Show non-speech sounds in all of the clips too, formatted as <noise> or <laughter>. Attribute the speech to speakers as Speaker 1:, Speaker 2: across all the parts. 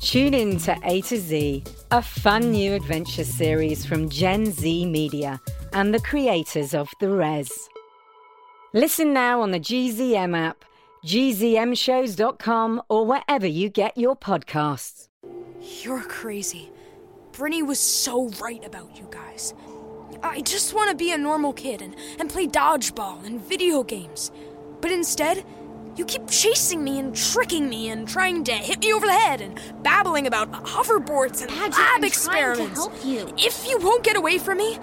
Speaker 1: Tune in to A to Z, a fun new adventure series from Gen Z Media and the creators of The Res. Listen now on the GZM app, gzmshows.com, or wherever you get your podcasts.
Speaker 2: You're crazy. Brittany was so right about you guys. I just want to be a normal kid and, and play dodgeball and video games. But instead, you keep chasing me and tricking me and trying to hit me over the head and babbling about hoverboards and
Speaker 3: Paget, I'm trying
Speaker 2: lab
Speaker 3: to
Speaker 2: experiments.
Speaker 3: help you.
Speaker 2: If you won't get away from me,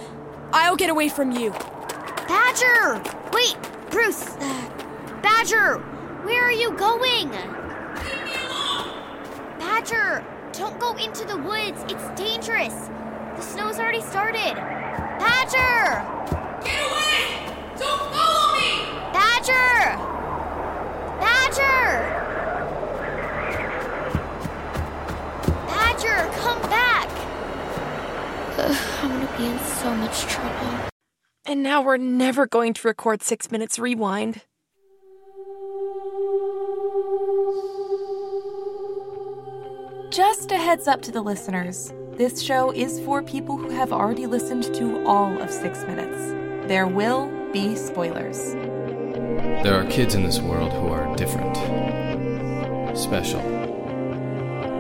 Speaker 2: I'll get away from you.
Speaker 3: Badger! Wait, Bruce! Badger! Where are you going? Badger! Don't go into the woods. It's dangerous. The snow's already started. Badger! Get away! Don't follow me! Badger! Badger! Badger, come back! I'm gonna be in so much trouble.
Speaker 4: And now we're never going to record six minutes rewind. Just a heads up to the listeners this show is for people who have already listened to all of six minutes. There will be spoilers.
Speaker 5: There are kids in this world who are different, special.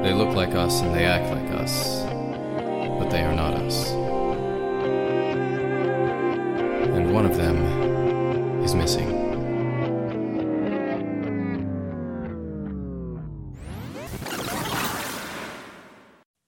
Speaker 5: They look like us and they act like us, but they are not us. And one of them is missing.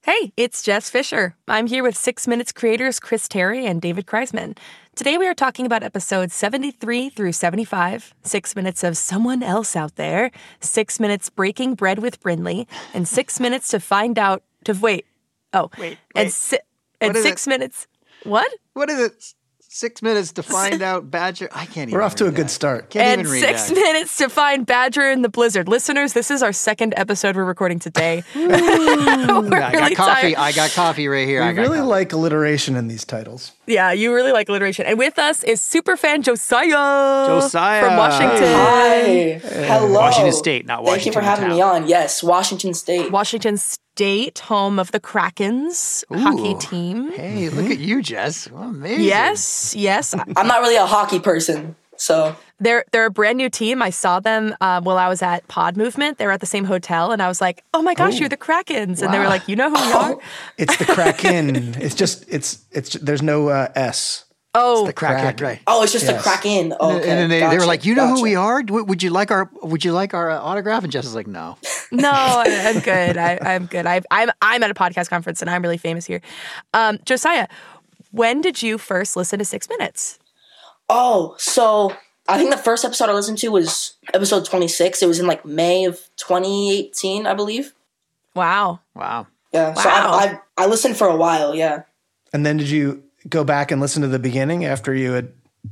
Speaker 4: Hey, it's Jess Fisher. I'm here with Six Minutes creators Chris Terry and David Kreisman. Today we are talking about episodes 73 through 75, Six Minutes of Someone Else Out There, Six Minutes Breaking Bread with Brindley,
Speaker 6: <laughs>
Speaker 4: and Six Minutes to Find Out to Wait. Oh,
Speaker 6: Wait,
Speaker 4: and,
Speaker 6: wait.
Speaker 4: si- and
Speaker 6: What is
Speaker 4: Six
Speaker 6: it?
Speaker 4: Minutes. What?
Speaker 6: What is it? S- Six minutes to
Speaker 4: <laughs>
Speaker 6: find out Badger. I can't. even
Speaker 7: We're off to a
Speaker 6: read
Speaker 7: good
Speaker 6: that.
Speaker 7: start.
Speaker 6: Can't
Speaker 4: and
Speaker 6: even read
Speaker 7: <laughs>
Speaker 4: six
Speaker 6: that.
Speaker 4: minutes to find Badger in the blizzard. Listeners, this is our second episode we're recording today. <laughs> We're
Speaker 6: I got
Speaker 4: really
Speaker 6: coffee.
Speaker 4: tired.
Speaker 6: I got coffee right here.
Speaker 7: We
Speaker 6: I got
Speaker 7: really
Speaker 6: coffee.
Speaker 7: like alliteration in these titles.
Speaker 4: Yeah, you really like alliteration. And with us is superfan Josiah,
Speaker 6: Josiah.
Speaker 4: from Washington.
Speaker 8: Hi. Hello.
Speaker 6: Washington State, not
Speaker 8: Thank you for
Speaker 6: Washington
Speaker 8: having me
Speaker 6: town.
Speaker 8: on. Yes, Washington State.
Speaker 4: Washington State, home of the Krakens hockey
Speaker 6: Ooh.
Speaker 4: team. Mm-hmm.
Speaker 6: Hey, look at you, Jess. Amazing.
Speaker 4: Yes, yes.
Speaker 8: <laughs> I'm not really a hockey person, so
Speaker 4: They're they're a brand new team. I saw them um, while I was at Pod Movement. They were at the same hotel, and I was like, "Oh my gosh, you're the Krakens!" And they were like, "You know who we
Speaker 6: Oh,
Speaker 4: are?"
Speaker 7: <laughs> It's the
Speaker 4: <laughs>
Speaker 7: Kraken. it's just it's it's there's no uh, S.
Speaker 4: Oh,
Speaker 6: The crackhead, right?
Speaker 8: oh, it's just
Speaker 7: Yes.
Speaker 8: a crack in. Okay,
Speaker 6: and then they, they were
Speaker 8: gotcha,
Speaker 6: like, "You know who
Speaker 8: gotcha.
Speaker 6: we are? W- Would you like our Would you like our uh, autograph?" And Jess is like,
Speaker 4: <laughs>
Speaker 6: "No." <laughs>
Speaker 4: No, I- I'm good. I, I'm good. I, I'm I'm at a podcast conference and I'm really famous here. Um, Josiah, when did you first listen to Six Minutes?
Speaker 8: Oh, so I think the first episode I listened to was episode 26. It was in like May of 2018, I believe.
Speaker 4: Wow.
Speaker 6: Wow.
Speaker 8: Yeah. So
Speaker 4: Wow.
Speaker 8: I, I I listened for a while. Yeah.
Speaker 7: And then did you go back and listen to the beginning after you had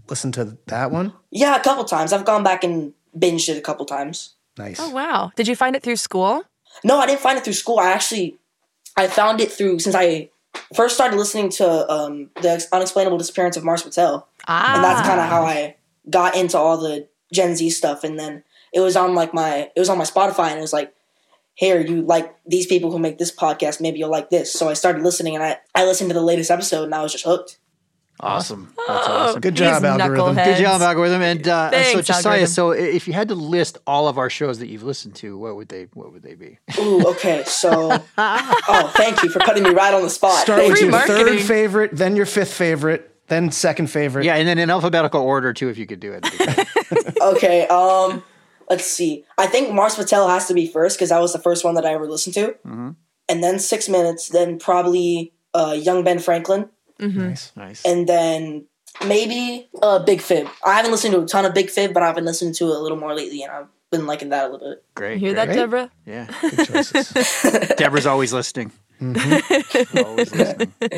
Speaker 7: listened to that one?
Speaker 8: Yeah, a couple times. I've gone back and binged it a couple times.
Speaker 7: Nice.
Speaker 4: Oh wow. Did you find it through school?
Speaker 8: No, I didn't find it through school. I actually, I found it through since I first started listening to um, the unexplainable disappearance of Mars Patel,
Speaker 4: Ah.
Speaker 8: and that's kind of how I got into all the Gen Z stuff. And then it was on like my it was on my Spotify, and it was like, here you like these people who make this podcast, maybe you'll like this. So I started listening, and I I listened to the latest episode, and I was just hooked.
Speaker 6: Awesome. That's
Speaker 4: Oh,
Speaker 6: awesome.
Speaker 7: Good job,
Speaker 4: These
Speaker 7: algorithm.
Speaker 4: knuckleheads.
Speaker 6: Good job, algorithm. And uh, so,
Speaker 4: Thanks,
Speaker 6: Josiah.
Speaker 4: algorithm.
Speaker 6: So, i- if you had to list all of our shows that you've listened to, what would they What would they be?
Speaker 8: Ooh, okay,
Speaker 6: <laughs>
Speaker 8: so oh, thank you for putting me right on the spot.
Speaker 7: Start
Speaker 8: Thank
Speaker 7: with
Speaker 4: Free
Speaker 8: you.
Speaker 7: your
Speaker 4: marketing.
Speaker 7: third favorite, then your fifth favorite, then second favorite.
Speaker 6: Yeah, and then in alphabetical order too, if you could do it.
Speaker 8: Okay, um, let's see. I think Mars Patel has to be first because that was the first one that I ever listened to.
Speaker 4: Mm-hmm.
Speaker 8: And then Six Minutes, then probably uh, Young Ben Franklin,
Speaker 7: Nice.
Speaker 6: nice.
Speaker 8: and then maybe uh, Big Fib. I haven't listened to a ton of Big Fib, but I've been listening to it a little more lately, and I've been liking that a little bit.
Speaker 6: Great.
Speaker 4: You hear that,
Speaker 6: <laughs> great.
Speaker 4: Deborah?
Speaker 6: Yeah.
Speaker 7: Good choices.
Speaker 6: <laughs> Deborah's always listening.
Speaker 4: Mm-hmm.
Speaker 6: Always listening. <laughs>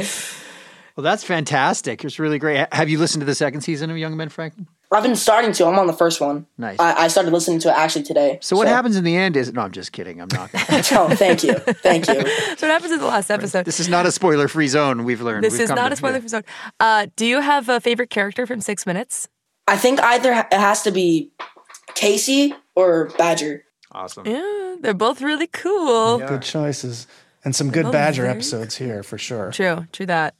Speaker 6: well, that's fantastic. It's really great. Have you listened to the second season of Young Men Franklin?
Speaker 8: I've been starting to. I'm on the first one.
Speaker 6: Nice.
Speaker 8: I, I started listening to it actually today.
Speaker 6: So what happens in the end is no, I'm just kidding. I'm not. Gonna,
Speaker 8: <laughs> Oh, thank you, thank you.
Speaker 4: So what happens in the last episode?
Speaker 6: this is not a spoiler-free zone. We've learned.
Speaker 4: This
Speaker 6: We've
Speaker 4: is
Speaker 6: come
Speaker 4: not
Speaker 6: to-
Speaker 4: a spoiler episode. Uh, do you have a favorite character from Six Minutes?
Speaker 8: I think either ha- it has to be Casey or Badger.
Speaker 6: Awesome.
Speaker 4: Yeah, they're both really cool.
Speaker 7: Good choices. And some good
Speaker 4: Well,
Speaker 7: Badger
Speaker 4: very
Speaker 7: episodes here for sure.
Speaker 4: True, true that.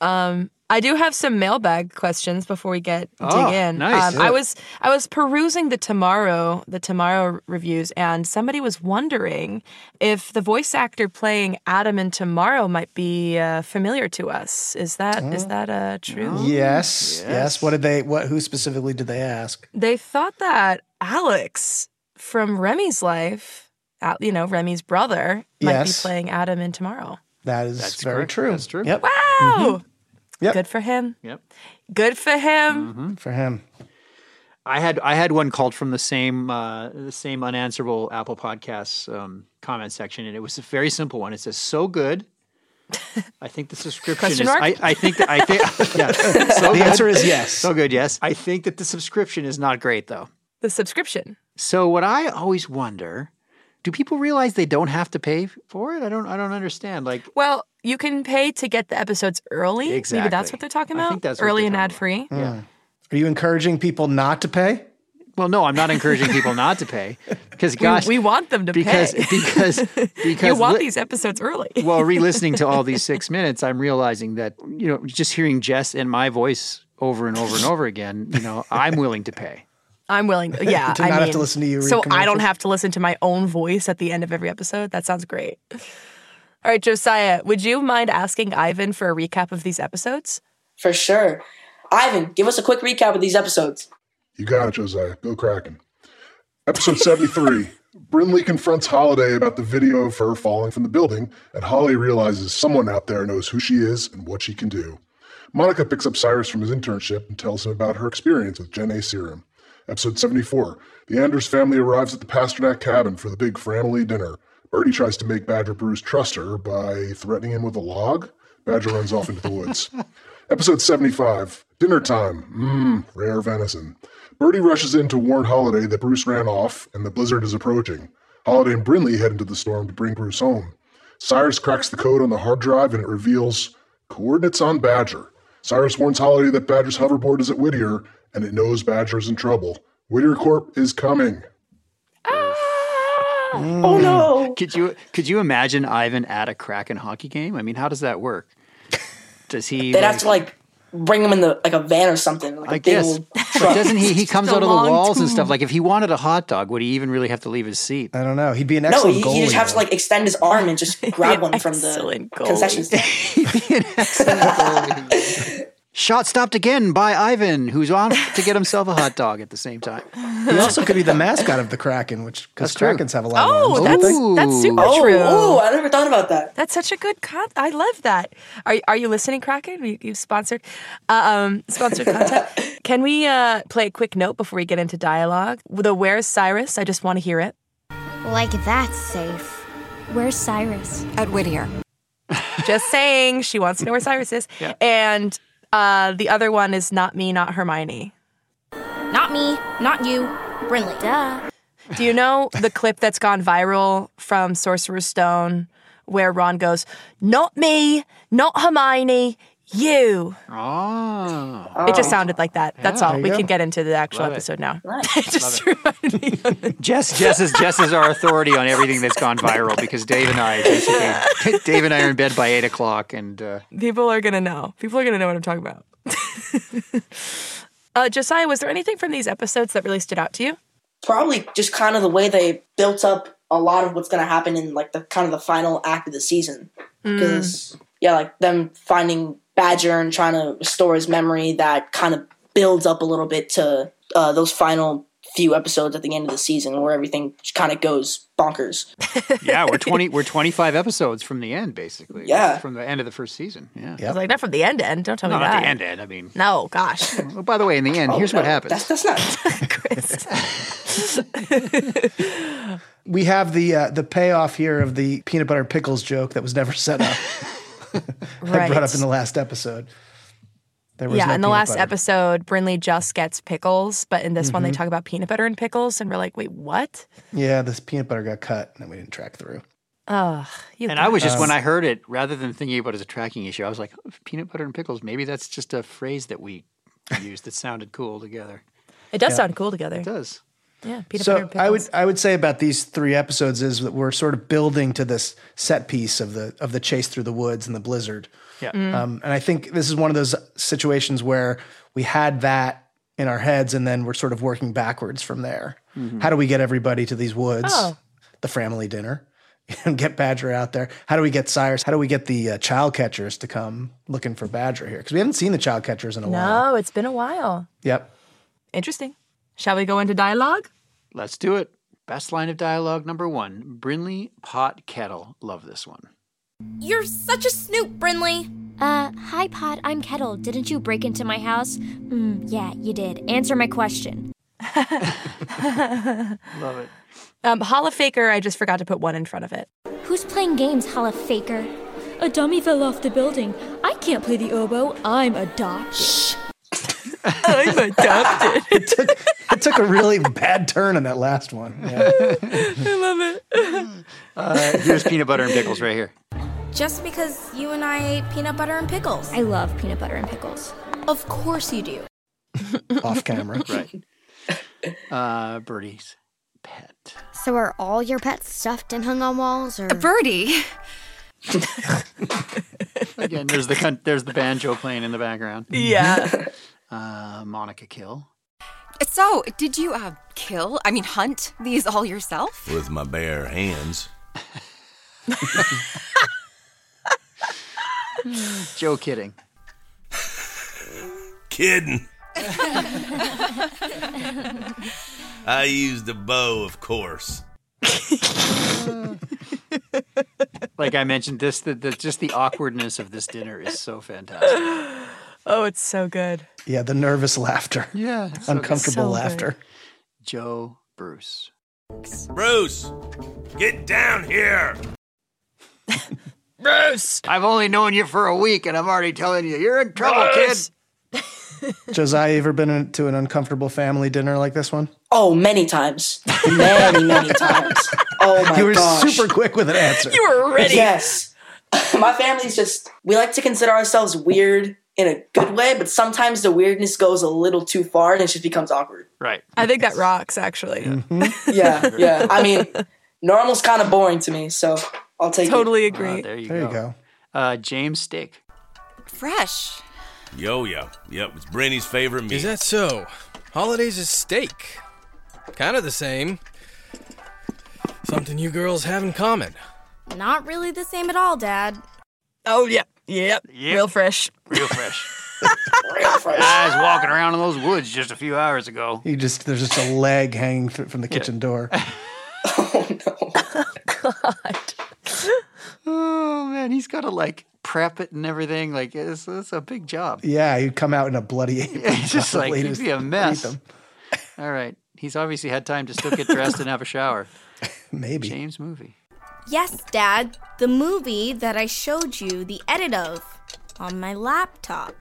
Speaker 4: Um, I do have some mailbag questions before we get
Speaker 7: Oh,
Speaker 4: dig in.
Speaker 7: nice.
Speaker 4: Um, I was I was perusing the tomorrow the tomorrow reviews, and somebody was wondering if the voice actor playing Adam in Tomorrow might be uh, familiar to us. Is that is that uh, true?
Speaker 7: oh.
Speaker 6: Oh,
Speaker 7: Yes, yes. What did they? What? Who specifically did they ask?
Speaker 4: They thought that Alex from Remy's life, Al- you know Remy's brother, might
Speaker 7: Yes.
Speaker 4: be playing Adam in Tomorrow.
Speaker 7: That is very
Speaker 6: correct.
Speaker 7: true.
Speaker 6: That's true.
Speaker 7: Yep. Mm-hmm.
Speaker 4: Wow.
Speaker 7: Hmm. Yep.
Speaker 4: Good for him.
Speaker 6: Yep.
Speaker 4: Good for him.
Speaker 7: Mm-hmm. For him.
Speaker 6: I had I had one called from the same uh, the same unanswerable Apple Podcasts um, comment section, and it was a very simple one. It says so good. I think the subscription is.
Speaker 4: Question mark?
Speaker 6: I, I think that I
Speaker 4: <laughs>
Speaker 6: think yeah.
Speaker 7: The
Speaker 6: So good.
Speaker 7: answer is yes.
Speaker 6: So good, yes. I think that the subscription is not great though.
Speaker 4: The subscription.
Speaker 6: So what I always wonder, do people realize they don't have to pay for it? I don't. I don't understand. Like
Speaker 4: Well, you can pay to get the episodes early. Maybe that's
Speaker 6: Exactly.
Speaker 4: what they're talking
Speaker 6: I
Speaker 4: about.
Speaker 6: think that's what
Speaker 4: early
Speaker 6: they're
Speaker 4: and ad
Speaker 6: talking
Speaker 4: free.
Speaker 7: Mm. Are you encouraging people not to pay?
Speaker 6: Well, no, I'm not encouraging people not to pay because gosh,
Speaker 4: we, we want them to <laughs>
Speaker 6: because,
Speaker 4: pay.
Speaker 6: because because
Speaker 4: you want
Speaker 6: li-
Speaker 4: these episodes early.
Speaker 8: <laughs>
Speaker 6: while re-listening to all these six minutes, I'm realizing that you know just hearing Jess and my voice over and over and over again, you know, I'm willing to pay.
Speaker 4: <laughs> I'm willing.
Speaker 6: <laughs>
Speaker 4: Yeah,
Speaker 7: To
Speaker 4: I
Speaker 7: not have
Speaker 4: mean,
Speaker 7: to listen to you read
Speaker 4: So I don't
Speaker 7: commercials?
Speaker 4: have to listen to my own voice at the end of every episode. That sounds great. All right, Josiah, would you mind asking Ivan for a recap of these episodes?
Speaker 8: For sure. Ivan, give us a quick recap of these episodes.
Speaker 9: You got it, Josiah. Go Kraken. Episode 73 Brinley confronts Holiday about the video of her falling from the building, and Holly realizes someone out there knows who she is and what she can do. Monica picks up Cyrus from his internship and tells him about her experience with Gen A serum. Episode 74 The Anders family arrives at the Pasternak cabin for the big family dinner. Bertie tries to make Badger Bruce trust her by threatening him with a log. Badger runs off into the woods. Episode 75 Dinner Time. Mmm, rare venison. Birdie rushes in to warn Holiday that Bruce ran off and the blizzard is approaching. Holiday and Brinley head into the storm to bring Bruce home. Cyrus cracks the code on the hard drive and it reveals coordinates on Badger. Cyrus warns Holiday that Badger's hoverboard is at Whittier and it knows Badger is in trouble. Whittier Corp is coming.
Speaker 8: <laughs> Ah! Oh no!
Speaker 6: Could you could you imagine Ivan at a Kraken hockey game? I mean, how does that work? Does he?
Speaker 8: They'd have to like bring him in the like a van or something. Like a
Speaker 6: I
Speaker 8: big
Speaker 6: guess,
Speaker 8: old
Speaker 6: but doesn't he? He comes
Speaker 4: a
Speaker 6: out of the
Speaker 4: long
Speaker 6: walls and stuff. Like, if he wanted a hot dog, would he even really have to leave his seat?
Speaker 7: I don't know. He'd be an
Speaker 8: No,
Speaker 7: excellent
Speaker 8: he,
Speaker 7: goalie.
Speaker 8: he just has to
Speaker 7: though.
Speaker 8: like extend his arm and
Speaker 4: <laughs>
Speaker 8: just grab one from the
Speaker 4: Excellent goalie.
Speaker 8: concession stand.
Speaker 6: Shot stopped again by Ivan, who's
Speaker 4: <laughs>
Speaker 6: on to get himself a hot dog at the same time.
Speaker 7: He also could be the mascot of the Kraken, which because
Speaker 6: That's true.
Speaker 7: Krakens have a lot of
Speaker 4: Oh,
Speaker 7: arms.
Speaker 4: that's
Speaker 6: Ooh.
Speaker 4: that's super
Speaker 8: Oh,
Speaker 4: true.
Speaker 8: oh, I never thought about that.
Speaker 4: That's such a good con. I love that. Are are you listening, Kraken? You, you sponsored, um, sponsored
Speaker 8: <laughs>
Speaker 4: content. Can we uh, play a quick note before we get into dialogue? The Where's Cyrus? I just want to hear it.
Speaker 3: Like that's safe.
Speaker 10: Where's Cyrus?
Speaker 11: At Whittier.
Speaker 4: Just <laughs> saying, she wants to know where Cyrus is. And uh, the other one is not me, not Hermione.
Speaker 10: Not me, not you, Brinley.
Speaker 3: Duh.
Speaker 4: Do you know the clip that's gone viral from Sorcerer's Stone where Ron goes, "Not me, not Hermione, you."
Speaker 6: Oh,
Speaker 4: It just
Speaker 6: <laughs>
Speaker 4: sounded like that. That's all.
Speaker 7: you
Speaker 4: We
Speaker 7: go.
Speaker 4: can get into the actual episode now. it just reminded me of it.
Speaker 6: Jess, Jess is Jess is our authority on everything that's gone viral because Dave and I,
Speaker 4: <laughs>
Speaker 6: basically, Dave and I are in bed by eight o'clock, and uh,
Speaker 4: People are gonna know. People are gonna know what I'm talking about. <laughs> uh, Josiah, was there anything <laughs> from these episodes that really stood out to you?
Speaker 8: Probably just kind of the way they built up a lot of what's gonna happen in like the kind of the final act of the season.
Speaker 4: Mm.
Speaker 8: Because yeah, like them finding Badger and trying to restore his memory, that kind of builds up a little bit to uh, those final few episodes at the end of the season where everything kind of goes bonkers.
Speaker 6: yeah, we're twenty we're twenty five episodes from the end, basically.
Speaker 8: Yeah.
Speaker 6: from the end of the first season. Yeah,
Speaker 4: I was like, not from the end end. Don't tell
Speaker 6: not
Speaker 4: me that.
Speaker 6: at the end. End. I mean,
Speaker 4: No, gosh,
Speaker 6: oh, by the way, in <laughs>
Speaker 4: <laughs>
Speaker 6: the end, here's what happens.
Speaker 8: That's that's not
Speaker 4: Chris.
Speaker 7: <laughs> we have the uh, the payoff here of the peanut butter and pickles joke that was never set up. <laughs> I
Speaker 4: Right.
Speaker 7: brought up in the last episode. There
Speaker 4: yeah,
Speaker 7: no
Speaker 4: in the
Speaker 7: peanut
Speaker 4: last
Speaker 7: butter.
Speaker 4: episode, Brinley just gets pickles, but in this one they
Speaker 7: Mhm.
Speaker 4: talk about peanut butter and pickles, and we're like, wait, what?
Speaker 7: Yeah, this peanut butter got cut and then we didn't track through.
Speaker 4: Ugh. You
Speaker 6: And I was just
Speaker 4: guys.
Speaker 6: when I heard it, rather than thinking about it as a tracking issue, I was like, oh, peanut butter and pickles. Maybe that's just a phrase that we used that sounded cool together.
Speaker 4: It does
Speaker 7: Yeah.
Speaker 4: sound cool together. It
Speaker 6: does.
Speaker 4: Yeah, peanut
Speaker 7: so
Speaker 4: butter and pickles.
Speaker 7: I would I would say about these three episodes is that we're sort of building to this set piece of the of the chase through the woods and the blizzard.
Speaker 6: Yeah.
Speaker 4: Mm.
Speaker 7: Um, and I think this is one of those situations where we had that in our heads and then we're sort of working backwards from there.
Speaker 11: Mhm.
Speaker 7: How do we get everybody to these woods?
Speaker 4: Oh.
Speaker 7: The family dinner. <laughs> And get Badger out there. How do we get Cyrus? How do we get the uh, child catchers to come looking for Badger here? Because we haven't seen the child catchers in a while.
Speaker 4: No, it's been a while.
Speaker 7: Yep.
Speaker 4: Interesting. Shall we go into dialogue?
Speaker 6: Let's do it. Best line of dialogue number one Brinley Pot Kettle. Love this one.
Speaker 10: You're such a snoop, Brinley.
Speaker 3: Uh, hi, Pod. I'm Kettle. Didn't you break into my house? Mm, yeah, you did. Answer
Speaker 12: <laughs>
Speaker 3: my question.
Speaker 6: Love it.
Speaker 4: Um, Hall of Faker, I just forgot to put one in front of it.
Speaker 10: Who's playing games, Holla Faker? A dummy fell off the building. I can't play the oboe. I'm adopted. Shh.
Speaker 4: I'm adopted.
Speaker 7: it, took, it took a
Speaker 4: <laughs>
Speaker 7: really bad turn on that last one. Yeah.
Speaker 4: I love
Speaker 6: Uh, here's peanut butter and pickles right here.
Speaker 10: Just because you and I ate peanut butter and pickles. I love peanut butter and pickles. Of course you do.
Speaker 7: <laughs> Off camera.
Speaker 6: Right. Uh, birdies.
Speaker 3: So are all your pets stuffed and hung on walls, or
Speaker 11: <laughs>
Speaker 2: Birdie?
Speaker 6: Again, there's the con- there's the banjo playing in the background.
Speaker 4: Yeah.
Speaker 6: Uh, Monica Kill. <laughs>
Speaker 13: So, did you uh, kill, I mean, hunt these all yourself?
Speaker 14: with my bare hands.
Speaker 4: Hmm.
Speaker 6: Joe kidding.
Speaker 14: Kidding.
Speaker 10: it.
Speaker 14: I used a bow, of course.
Speaker 6: <laughs> Like I mentioned, this the, the just the awkwardness of this dinner is so fantastic.
Speaker 4: Oh, it's so good.
Speaker 7: Yeah, the nervous laughter.
Speaker 6: Yeah. it's so good.
Speaker 7: Uncomfortable laughter.
Speaker 6: Joe Bruce.
Speaker 14: Bruce, get down here.
Speaker 4: Bruce!
Speaker 6: I've only known you for a week and I'm already telling you, you're in trouble,
Speaker 8: Bruce!
Speaker 6: kid.
Speaker 7: Josiah, you ever been in- to an uncomfortable family dinner like this one?
Speaker 8: Oh,
Speaker 4: <laughs>
Speaker 8: many times. Many, many times. Oh my
Speaker 7: you were
Speaker 8: gosh.
Speaker 7: super quick with an
Speaker 4: <laughs>
Speaker 7: answer.
Speaker 8: Yes. <laughs> my family's just we like to consider ourselves weird in a good way, but sometimes the weirdness goes a little too far and it just becomes awkward.
Speaker 6: Right.
Speaker 4: I think that rocks, actually.
Speaker 7: Mm-hmm.
Speaker 8: Yeah, yeah. <laughs> I mean, normal's kind of boring to me, so I'll take
Speaker 4: Totally
Speaker 8: it.
Speaker 4: agree.
Speaker 6: Oh, there you
Speaker 8: There
Speaker 6: go.
Speaker 8: you
Speaker 6: Uh, James Stick.
Speaker 13: Fresh.
Speaker 14: Yo, yo. Yep, it's Brandy's favorite meal.
Speaker 5: Is that so? Holidays is steak. Kind of the same. Something you girls have in common.
Speaker 10: Not really the same at all, Dad.
Speaker 4: Oh, yeah. Yep. Real fresh.
Speaker 6: Real fresh. I was walking around in those woods just a few
Speaker 7: <laughs>
Speaker 6: hours ago.
Speaker 7: You just there's just a leg hanging th- from the kitchen
Speaker 6: <laughs>
Speaker 7: door.
Speaker 6: Oh man, he's got to like prep it and everything. Like it's, it's a big job.
Speaker 7: Yeah, you'd come out in a bloody apron.
Speaker 6: It's <laughs> just like
Speaker 7: probably to
Speaker 6: he'd be a
Speaker 7: eat
Speaker 6: mess.
Speaker 7: them.
Speaker 6: <laughs> All right, he's obviously had time to still get dressed and have a shower.
Speaker 7: Maybe
Speaker 6: James movie.
Speaker 10: Yes, Dad. The movie that I showed you the edit of on my laptop.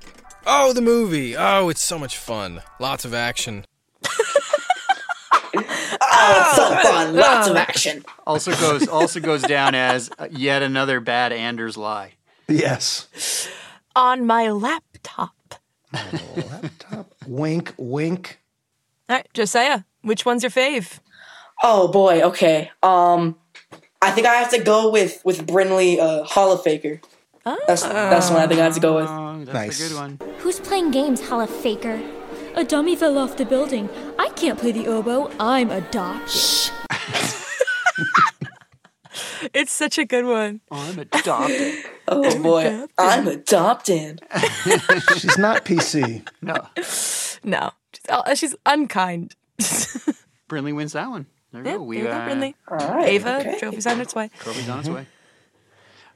Speaker 5: Oh, the movie. Oh, it's so much fun. Lots of action.
Speaker 8: Oh,
Speaker 4: <laughs>
Speaker 8: so fun. Lots of action.
Speaker 6: Also goes also goes down as uh, yet another bad Anders lie.
Speaker 7: Yes.
Speaker 4: <laughs> On my laptop.
Speaker 7: Wink,
Speaker 6: <laughs>
Speaker 7: wink.
Speaker 4: All right, Josiah, which one's your fave?
Speaker 8: Oh boy, okay. Um I think I have to go with with Brinley uh Holofaker. That's that's the one I think I have to go with.
Speaker 6: Oh, That's nice. a good one. <laughs>
Speaker 10: Who's playing games, holla faker? A dummy fell off the building. I can't play the oboe. I'm adopted. Shh.
Speaker 4: It's such a good one.
Speaker 6: I'm adopted.
Speaker 8: <laughs> Oh boy. I'm adopted.
Speaker 7: She's not PC.
Speaker 6: No.
Speaker 4: <sighs> No. She's, oh, she's unkind.
Speaker 6: Brinley wins that one.
Speaker 4: <laughs>
Speaker 6: There you
Speaker 4: Yeah,
Speaker 6: go. We
Speaker 4: there you go,
Speaker 6: uh,
Speaker 4: Brinley.
Speaker 8: right,
Speaker 4: Ava,
Speaker 8: okay.
Speaker 4: trophy's on its way.
Speaker 6: Trophy's on its way.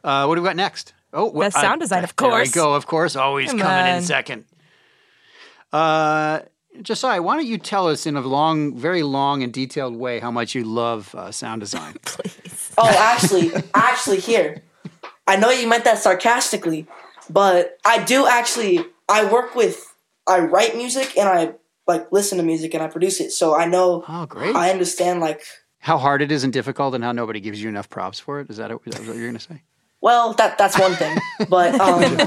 Speaker 6: Uh, what do we got next? Oh, wh-
Speaker 4: Best sound design, of course.
Speaker 6: There we go. Of course, always
Speaker 4: Come
Speaker 6: coming
Speaker 4: on.
Speaker 6: in second. Uh, Josiah, why don't you tell us in a long, very long and detailed way how much you love uh, sound design?
Speaker 8: Oh, actually, actually, here. I know you meant that sarcastically, but I do actually. I work with. I write music and I like listen to music and I produce it. So I know.
Speaker 6: Oh, great!
Speaker 8: I understand. Like,
Speaker 6: how hard it is and difficult, and how nobody gives you enough props for it. Is that, is that what you're going to say?
Speaker 8: well, that that's one thing, but
Speaker 6: <laughs>
Speaker 8: um,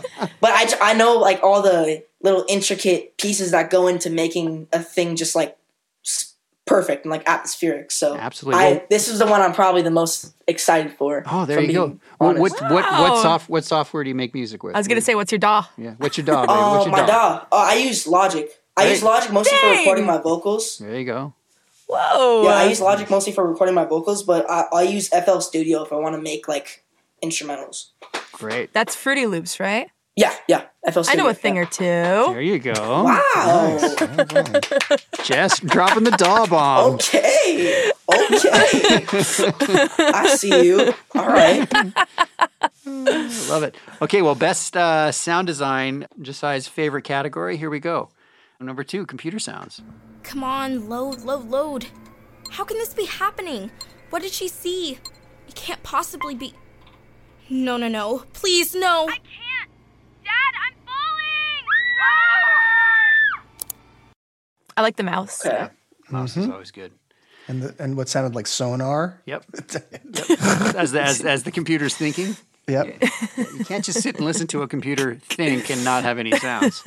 Speaker 8: but I j- I know like all the little intricate pieces that go into making a thing just like s- perfect and like atmospheric. So
Speaker 6: Absolutely. Well-
Speaker 8: I, this is the one I'm probably the most excited for.
Speaker 6: Oh, there
Speaker 8: if I'm
Speaker 6: you go.
Speaker 8: being
Speaker 6: Well, what, what what
Speaker 8: Wow.
Speaker 6: soft what software do you make music with?
Speaker 4: I was gonna say, what's your DAW?
Speaker 6: yeah. What's your DAW? baby?
Speaker 8: <laughs> Oh,
Speaker 6: What's your
Speaker 8: my DAW. Oh, I use Logic. I
Speaker 6: Hey.
Speaker 8: use Logic mostly
Speaker 6: Dang.
Speaker 8: for recording my vocals.
Speaker 6: There you go.
Speaker 4: Whoa.
Speaker 8: Yeah, I use Logic mostly for recording my vocals, but I, I use FL Studio if I want to make like instrumentals.
Speaker 6: Great.
Speaker 4: That's Fruity Loops, right?
Speaker 8: Yeah, yeah. FL
Speaker 4: I
Speaker 8: Studio.
Speaker 4: know a thing or two.
Speaker 6: There you go.
Speaker 8: Wow.
Speaker 6: Jess dropping the DAW bomb.
Speaker 8: Okay. Okay. <laughs> I see you. All right.
Speaker 6: <laughs> Love it. Okay, well, best uh, sound design, Josiah's favorite category. Here we go. Number two, computer sounds.
Speaker 3: Come on, load, load, load. How can this be happening? What did she see? It can't possibly be. No, no, no. Please, no. I can't. Dad, I'm falling!
Speaker 4: I like the mouse.
Speaker 6: Mouse is always good.
Speaker 7: Mm-hmm. And the, and what sounded like sonar.
Speaker 6: Yep.
Speaker 7: <laughs>
Speaker 6: yep. <laughs> As, the, as, as the computer's thinking,
Speaker 7: Yep.
Speaker 6: you can't just sit and listen to a computer think and not have any sounds.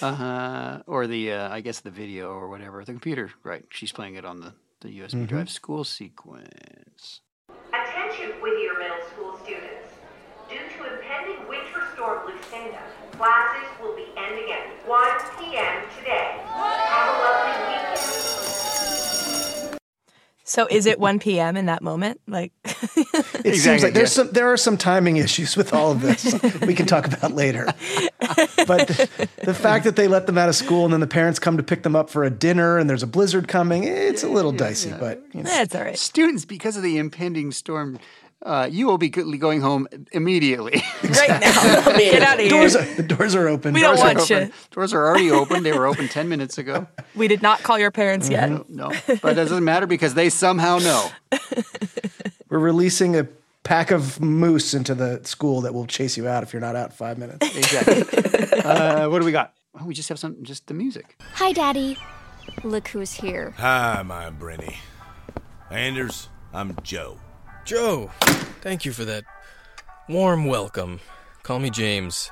Speaker 6: Uh-huh. Or the, uh, I guess, the video or whatever. The computer, right. She's playing it on the, the USB
Speaker 7: Mhm.
Speaker 6: drive school sequence.
Speaker 12: Attention, Whittier Middle School students. Due to impending winter storm Lucinda, classes will be ending at 1 p.m. today. Have a lovely weekend.
Speaker 4: So is it 1 p.m. in that moment? Like, <laughs>
Speaker 7: It seems like there's some there are some timing issues with all of this. we can talk about later. But the, the fact that they let them out of school and then the parents come to pick them up for a dinner and there's a blizzard coming, it's a little dicey. But you know.
Speaker 4: That's all right.
Speaker 6: Students, because of the impending storm, uh, you will be go- going home immediately.
Speaker 4: <laughs> right now.
Speaker 6: <laughs>
Speaker 4: Get out of here.
Speaker 7: Doors are, the doors are open.
Speaker 4: We don't
Speaker 6: Doors are
Speaker 4: want
Speaker 6: open.
Speaker 4: you.
Speaker 6: Doors are already open. They were open 10 minutes ago.
Speaker 4: <laughs> We did not call your parents yet.
Speaker 6: No, but it doesn't matter because they somehow know.
Speaker 7: We're releasing a pack of moose into the school that will chase you out if you're not out in five minutes.
Speaker 4: <laughs>
Speaker 6: Exactly. uh, what do we got? Oh, we just have some, just the music.
Speaker 3: Hi, Daddy. Look who's here.
Speaker 14: Hi, my Brenny. Anders, I'm Joe.
Speaker 5: Joe, thank you for that warm welcome. Call me James.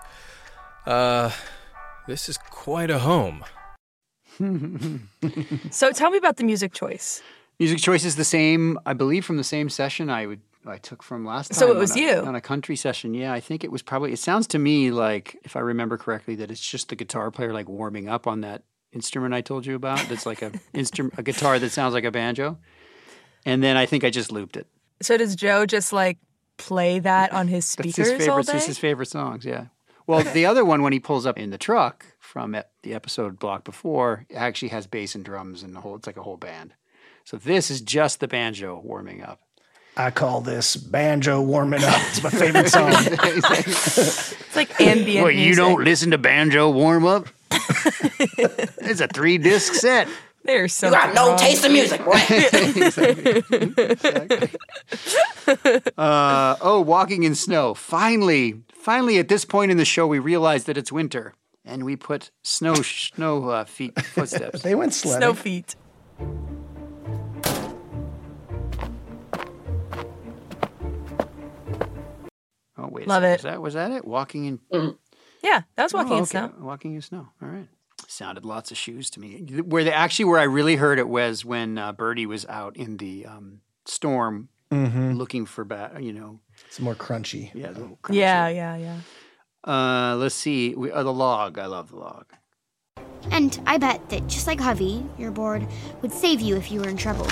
Speaker 5: Uh, this is quite
Speaker 14: <laughs>
Speaker 5: a home.
Speaker 4: So tell me about the music choice.
Speaker 6: Music choice is the same, I believe, from the same session I would I took from last time.
Speaker 4: So it
Speaker 6: on
Speaker 4: was
Speaker 6: a-
Speaker 4: you.
Speaker 6: on a country session. Yeah, I think it was probably. It sounds to me like, if I remember correctly, that it's just the guitar player like warming up on that instrument I told you about. That's like
Speaker 4: <laughs>
Speaker 6: a instrument, a guitar that sounds like a banjo. And then I think I just looped it.
Speaker 4: So does Joe just like play that on his
Speaker 6: That's
Speaker 4: speakers
Speaker 6: his
Speaker 4: all
Speaker 6: favorite.
Speaker 4: day?
Speaker 6: It's his favorite songs. Yeah. Well, the other one when he pulls up in the truck from ep- the episode block before it actually has bass and drums and the whole. It's like a whole band. So this is just the banjo warming up.
Speaker 7: I call this banjo warming up. It's my favorite song.
Speaker 4: <laughs> It's like ambient.
Speaker 6: Wait, you
Speaker 4: music.
Speaker 6: don't listen to banjo warm
Speaker 4: <laughs>
Speaker 6: up? it's a three disc
Speaker 7: <laughs>
Speaker 6: set.
Speaker 4: There's so
Speaker 8: You got no taste in music, boy.
Speaker 7: <laughs>
Speaker 6: <laughs> Uh, oh, walking in snow. Finally, finally, at this point in the show, we realize that it's winter, and we put snow snow uh, feet
Speaker 7: <laughs>
Speaker 6: footsteps.
Speaker 7: they went
Speaker 4: Snow
Speaker 7: sledding.
Speaker 4: feet.
Speaker 6: Oh wait, a
Speaker 4: Love
Speaker 6: second.
Speaker 4: it.
Speaker 6: Was that
Speaker 4: Mm.
Speaker 6: was that it? Walking in.
Speaker 4: Yeah, that was walking
Speaker 6: Oh,
Speaker 4: in
Speaker 6: okay.
Speaker 4: snow.
Speaker 6: Walking in snow. All right. Sounded lots of shoes to me. Where they actually where I really heard it was when uh, Birdie was out in the um, storm
Speaker 7: Mhm.
Speaker 6: looking for bat. You know.
Speaker 7: It's more crunchy.
Speaker 6: Yeah. the little
Speaker 4: Yeah, yeah, yeah.
Speaker 6: Uh, let's see. We, uh, the log. I love the log.
Speaker 3: And I bet that just like Javi, your board would save you if you were in trouble.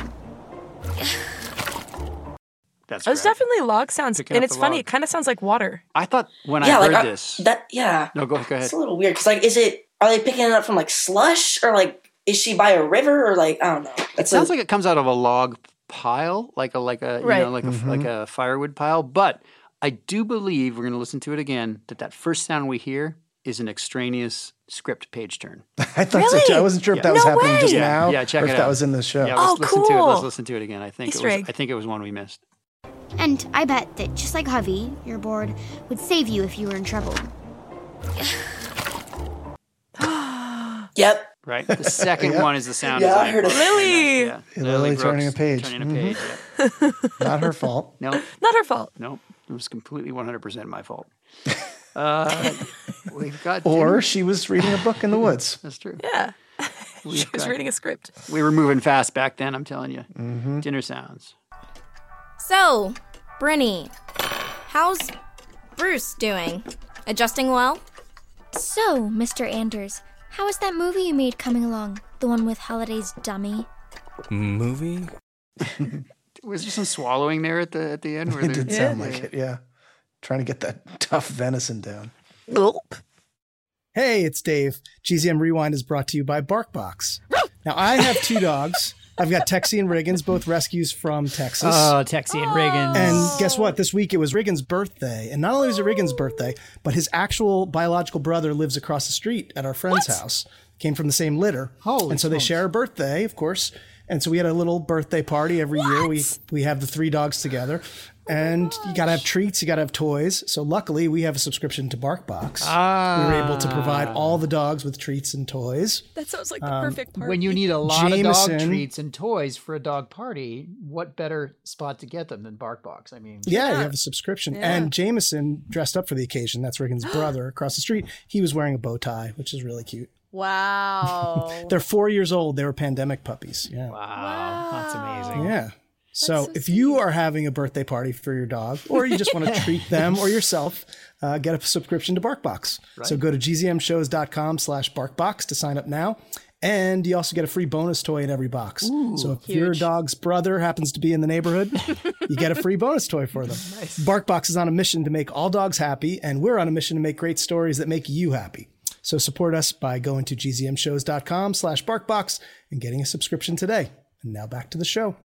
Speaker 6: That's.
Speaker 4: It was
Speaker 6: correct.
Speaker 4: definitely log sounds,
Speaker 6: Picking
Speaker 4: and
Speaker 6: up
Speaker 4: it's
Speaker 6: the
Speaker 4: funny.
Speaker 6: log.
Speaker 4: It kind of sounds like water.
Speaker 6: I thought when
Speaker 8: yeah,
Speaker 6: I heard
Speaker 8: like uh, I-
Speaker 6: this.
Speaker 8: that. Yeah,
Speaker 6: no, go, go ahead.
Speaker 8: it's a little weird because like, is it? Are they picking it up from like slush or like? Is she by a river or like? I don't know.
Speaker 6: It
Speaker 8: That's
Speaker 6: sounds
Speaker 8: a,
Speaker 6: like it comes out of a log pile, like a like a
Speaker 4: Right.
Speaker 6: you know like a
Speaker 10: Mm-hmm.
Speaker 6: like a firewood pile. But I do believe we're going to listen to it again. That that first sound we hear is an extraneous script page turn.
Speaker 10: <laughs> I thought so too. I wasn't sure if
Speaker 6: Yeah.
Speaker 10: that was
Speaker 6: No
Speaker 10: happening just
Speaker 6: Yeah,
Speaker 10: now.
Speaker 6: Yeah, check
Speaker 10: or
Speaker 6: it
Speaker 10: if
Speaker 6: out.
Speaker 10: that was in the show.
Speaker 6: Yeah, let's listen to it. Let's
Speaker 11: cool.
Speaker 6: listen to it again. I think it
Speaker 11: Easter
Speaker 6: was,
Speaker 11: egg.
Speaker 6: I think it was one
Speaker 10: <laughs>
Speaker 6: we missed.
Speaker 11: And I bet that just like Hovey, your board would save you if you were in trouble.
Speaker 8: Yep.
Speaker 6: Right. The
Speaker 4: <laughs>
Speaker 6: second
Speaker 10: Yeah.
Speaker 6: one is the sound.
Speaker 10: Yeah,
Speaker 6: design
Speaker 10: I heard it.
Speaker 6: part.
Speaker 4: Lily!
Speaker 6: Yeah.
Speaker 10: Lily turning a page.
Speaker 6: Turning a
Speaker 10: Mhm.
Speaker 6: page.
Speaker 7: Mm-hmm.
Speaker 10: Not her
Speaker 6: <laughs>
Speaker 10: fault.
Speaker 6: No.
Speaker 4: Not her fault.
Speaker 6: No. It was completely 100%
Speaker 10: <laughs>
Speaker 6: my fault. Uh, we've got.
Speaker 10: Or
Speaker 6: Jimmy.
Speaker 10: she was reading a book in the woods.
Speaker 6: That's true.
Speaker 4: Yeah.
Speaker 6: <laughs> We've
Speaker 4: she was
Speaker 6: got-
Speaker 4: reading a script.
Speaker 6: We were moving fast back then, I'm telling you.
Speaker 10: Mm-hmm.
Speaker 6: Dinner sounds.
Speaker 3: So, Brinny, how's Bruce doing? Adjusting well?
Speaker 12: So, Mr. Anders, how is that movie you made coming along? The one with Holiday's dummy?
Speaker 5: Movie?
Speaker 6: Was there some swallowing there at the at the end? Where
Speaker 10: It
Speaker 6: there-
Speaker 10: did sound like it, yeah. Trying to get that <laughs> tough venison down.
Speaker 7: Hey, it's Dave. GZM Rewind is brought to you by Barkbox. Now, I have two dogs. I've got Texie and Riggins, both rescues from Texas.
Speaker 15: Oh, Texie and Riggins.
Speaker 4: Oh,
Speaker 7: And guess what? This week it was Riggins' birthday. And not only was it Riggins' birthday, but his actual biological brother lives across the street at our friend's house. Came from the same litter.
Speaker 15: Holy
Speaker 7: and so they
Speaker 15: smokes.
Speaker 7: share a birthday, of course. And so we had a little birthday party every year. We we have the three dogs together. And you gotta have treats, you gotta have toys. So luckily we have a subscription to Barkbox. We were able to provide
Speaker 15: Ah.
Speaker 7: all the dogs with treats and toys.
Speaker 4: That sounds
Speaker 7: like the Um, perfect
Speaker 6: When you need a lot of dog
Speaker 7: Jameson-
Speaker 6: treats and toys for a dog party, what better spot to get them than BarkBox? I mean,
Speaker 7: Yeah, you have a subscription.
Speaker 6: Yeah.
Speaker 7: And Jameson dressed up for the occasion. That's Rickens' brother across the street. He was wearing a bow tie, which is really cute.
Speaker 6: <laughs>
Speaker 15: Wow.
Speaker 7: They're four years old. They were pandemic puppies. Yeah.
Speaker 6: Oh,
Speaker 15: wow.
Speaker 4: Oh.
Speaker 15: That's amazing.
Speaker 7: Yeah. So, if you are having a birthday party for your dog, or you just want to treat them or yourself, uh, get a subscription to BarkBox. So
Speaker 15: Right.
Speaker 7: go to gzmshows.com slash BarkBox to sign up now. And you also get a free bonus toy in every box. so if your dog's brother happens to be in the neighborhood, <laughs> you get a free bonus toy for them. BarkBox is on a mission to make all dogs happy, and we're on a mission to make great stories that make you happy. So support us by going to gzmshows.com slash BarkBox and getting a subscription today. And now back to the show.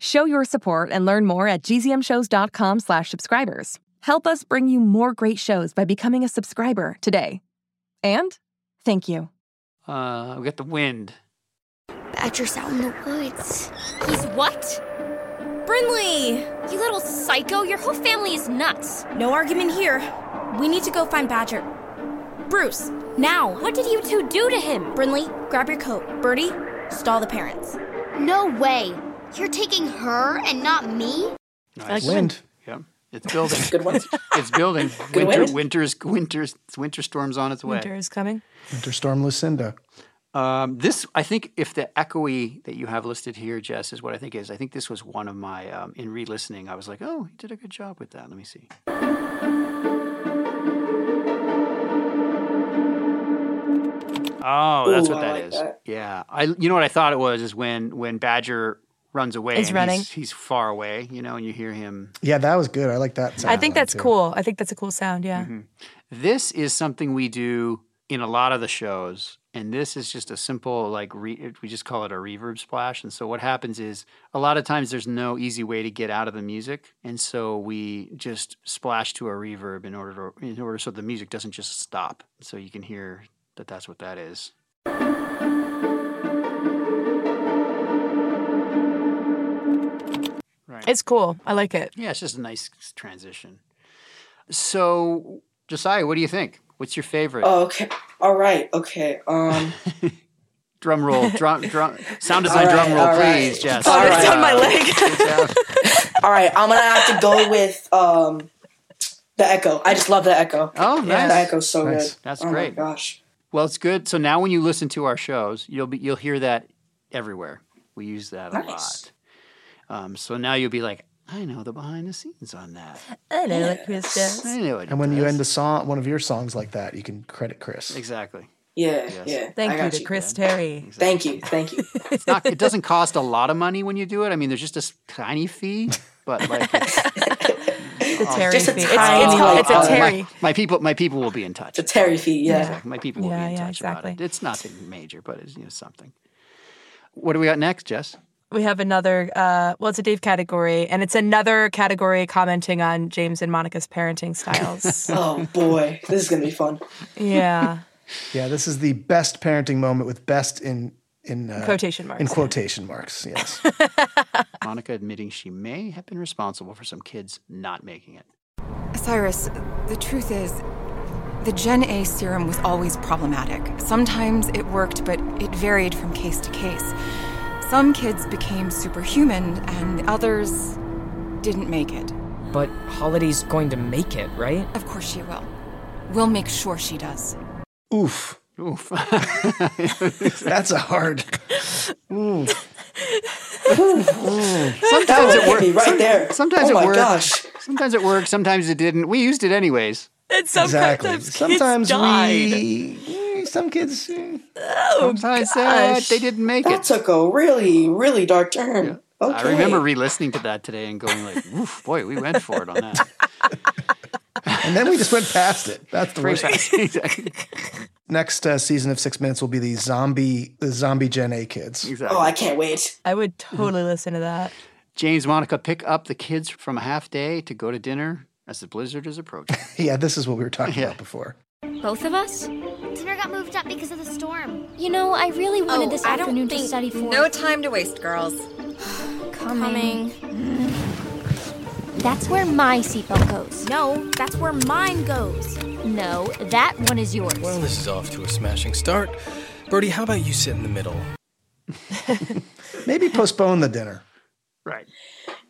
Speaker 4: Show your support and learn more at gzmshows.com slash subscribers. Help us bring you more great shows by becoming a subscriber today. And thank you.
Speaker 6: uh, we got the wind.
Speaker 11: Badger's out in the woods.
Speaker 3: He's what? Brinley! You little psycho, your whole family is nuts. No argument here. We need to go find Badger. Bruce, now! What did you two do to him? Brinley, grab your coat. Bertie, stall the parents.
Speaker 11: No way. You're taking her and not me?
Speaker 6: Nice.
Speaker 10: Wind.
Speaker 6: Yeah. It's
Speaker 8: <laughs>
Speaker 6: building. Good one. It's, it's building.
Speaker 11: Good
Speaker 6: winter,
Speaker 11: wind.
Speaker 6: winter's winter's winter storm's on its way.
Speaker 4: is coming.
Speaker 10: Winter Storm Lucinda.
Speaker 6: Um, this, I think, if the echoey that you have listed here, Jess, is what I think is. I think this was one of my um, in re-listening. I was like, oh, he did a good job with that. Let me see. Oh, that's
Speaker 8: Ooh,
Speaker 6: what
Speaker 8: I
Speaker 6: that
Speaker 8: like
Speaker 6: is.
Speaker 8: that.
Speaker 6: Yeah, I. You know what I thought it was is when when Badger runs away.
Speaker 4: He's
Speaker 6: and
Speaker 4: running.
Speaker 6: He's, he's far away, you know, and you hear him.
Speaker 10: Yeah, that was good. I like that. sound line, too.
Speaker 4: cool. I think that's a cool sound, yeah.
Speaker 6: This is something we do in a lot of the shows, and this is just a simple like re- we just call it a reverb splash. And so what happens is a lot of times there's no easy way to get out of the music, and so we just splash to a reverb in order to in order so the music doesn't just stop. So you can hear that that's what that is. Right.
Speaker 4: It's cool. I like it.
Speaker 6: Yeah, it's just a nice transition. So, Josiah, what do you think? What's your favorite?
Speaker 8: Oh, okay. All right. Okay. Um.
Speaker 6: <laughs> Drum
Speaker 8: <laughs>
Speaker 6: roll, drum, drum, sound design drum roll, please, Jess.
Speaker 8: <laughs> all right. I'm gonna have to go with um, the echo. I just love the echo.
Speaker 6: Oh, nice.
Speaker 8: The echo's so
Speaker 6: Nice.
Speaker 8: good.
Speaker 6: That's
Speaker 8: Oh my
Speaker 6: great.
Speaker 8: gosh.
Speaker 6: Well, it's good. So now when you listen to our shows, you'll be you'll hear that everywhere. We use that a
Speaker 8: Nice.
Speaker 6: lot. Um, so now you'll be like, I know the behind the scenes on that.
Speaker 4: I know what Chris does.
Speaker 6: I know it.
Speaker 10: And when you end a song, one of your songs like that, you can credit Chris.
Speaker 6: Exactly.
Speaker 8: Yeah, yeah.
Speaker 4: Thank
Speaker 8: I
Speaker 4: you
Speaker 8: got
Speaker 4: to Chris Terry.
Speaker 8: Thank you, thank you.
Speaker 6: <laughs> It's not, it doesn't cost a lot of money when you do it. I mean, there's just this tiny fee, but like
Speaker 8: <laughs>
Speaker 6: it's,
Speaker 4: The
Speaker 6: Oh,
Speaker 4: Terry
Speaker 6: just a
Speaker 4: fee.
Speaker 6: tiny
Speaker 4: it's,
Speaker 6: little-
Speaker 4: it's, a-
Speaker 6: oh,
Speaker 4: it's a
Speaker 6: my-
Speaker 4: Terry.
Speaker 6: My, people, my people will be in touch.
Speaker 8: The uh, Terry fee, yeah.
Speaker 6: Exactly. My people will be
Speaker 4: Yeah,
Speaker 6: in
Speaker 4: yeah,
Speaker 6: touch about it. It's nothing major, but it's you know, something. What do we got next, Jess?
Speaker 4: We have another, uh, well, it's a Dave category, and it's another category commenting on James and Monica's parenting <laughs> styles.
Speaker 8: <laughs> oh boy, this is gonna be fun.
Speaker 6: <laughs>
Speaker 4: yeah.
Speaker 7: Yeah, this is the best parenting moment with best in in uh,
Speaker 4: Quotation marks,
Speaker 7: In
Speaker 4: yeah.
Speaker 7: quotation marks,
Speaker 4: <laughs>
Speaker 7: yes.
Speaker 6: Monica admitting she may have been responsible for some kids not making it.
Speaker 13: Cyrus, the truth is, the Gen A serum was always problematic. Sometimes it worked, but it varied from case to case. Some kids became superhuman, and others didn't make it.
Speaker 16: But Holiday's going to make it, right?
Speaker 13: Of course she will. We'll make sure she does.
Speaker 7: Oof.
Speaker 6: Oof.
Speaker 7: That's a hard. mm.
Speaker 8: <laughs>
Speaker 7: Oof.
Speaker 6: Sometimes it
Speaker 8: Hit me
Speaker 6: worked.
Speaker 8: right there.
Speaker 6: Sometimes
Speaker 8: Oh
Speaker 6: it
Speaker 8: my
Speaker 6: worked.
Speaker 8: gosh.
Speaker 6: Sometimes it worked. Sometimes it didn't. We used it anyways.
Speaker 4: And
Speaker 7: Exactly. Sometimes we-
Speaker 6: we.
Speaker 7: Some kids.
Speaker 6: sometimes uh, they didn't make
Speaker 8: Oh, that
Speaker 6: it.
Speaker 8: took a really, really dark turn. Okay.
Speaker 6: I remember re-listening to that today and going like, "Oof, boy, we went for it
Speaker 7: <laughs>
Speaker 6: on that."
Speaker 7: And then we just went past it. That's the worst.
Speaker 6: <laughs> exactly.
Speaker 7: Next uh, season of Six Minutes will be the zombie the zombie Gen A kids.
Speaker 8: Oh, I can't wait.
Speaker 4: I would totally listen to that.
Speaker 6: James Monica pick up the kids from a half day to go to dinner as the blizzard is approaching.
Speaker 7: <laughs> Yeah, this is what we were talking about before.
Speaker 11: Both of us? Dinner got moved up because of the storm.
Speaker 10: You know, I really wanted
Speaker 3: Oh,
Speaker 10: this
Speaker 3: I don't
Speaker 10: afternoon to
Speaker 3: think-
Speaker 10: study for.
Speaker 13: No time to waste,
Speaker 11: <sighs>
Speaker 13: girls.
Speaker 3: Coming.
Speaker 11: That's where my seatbelt goes.
Speaker 3: No, that's where mine goes.
Speaker 11: No, that one is yours.
Speaker 16: Well, this is off to a smashing start. Birdie, how about you sit in the middle?
Speaker 7: Maybe postpone the dinner.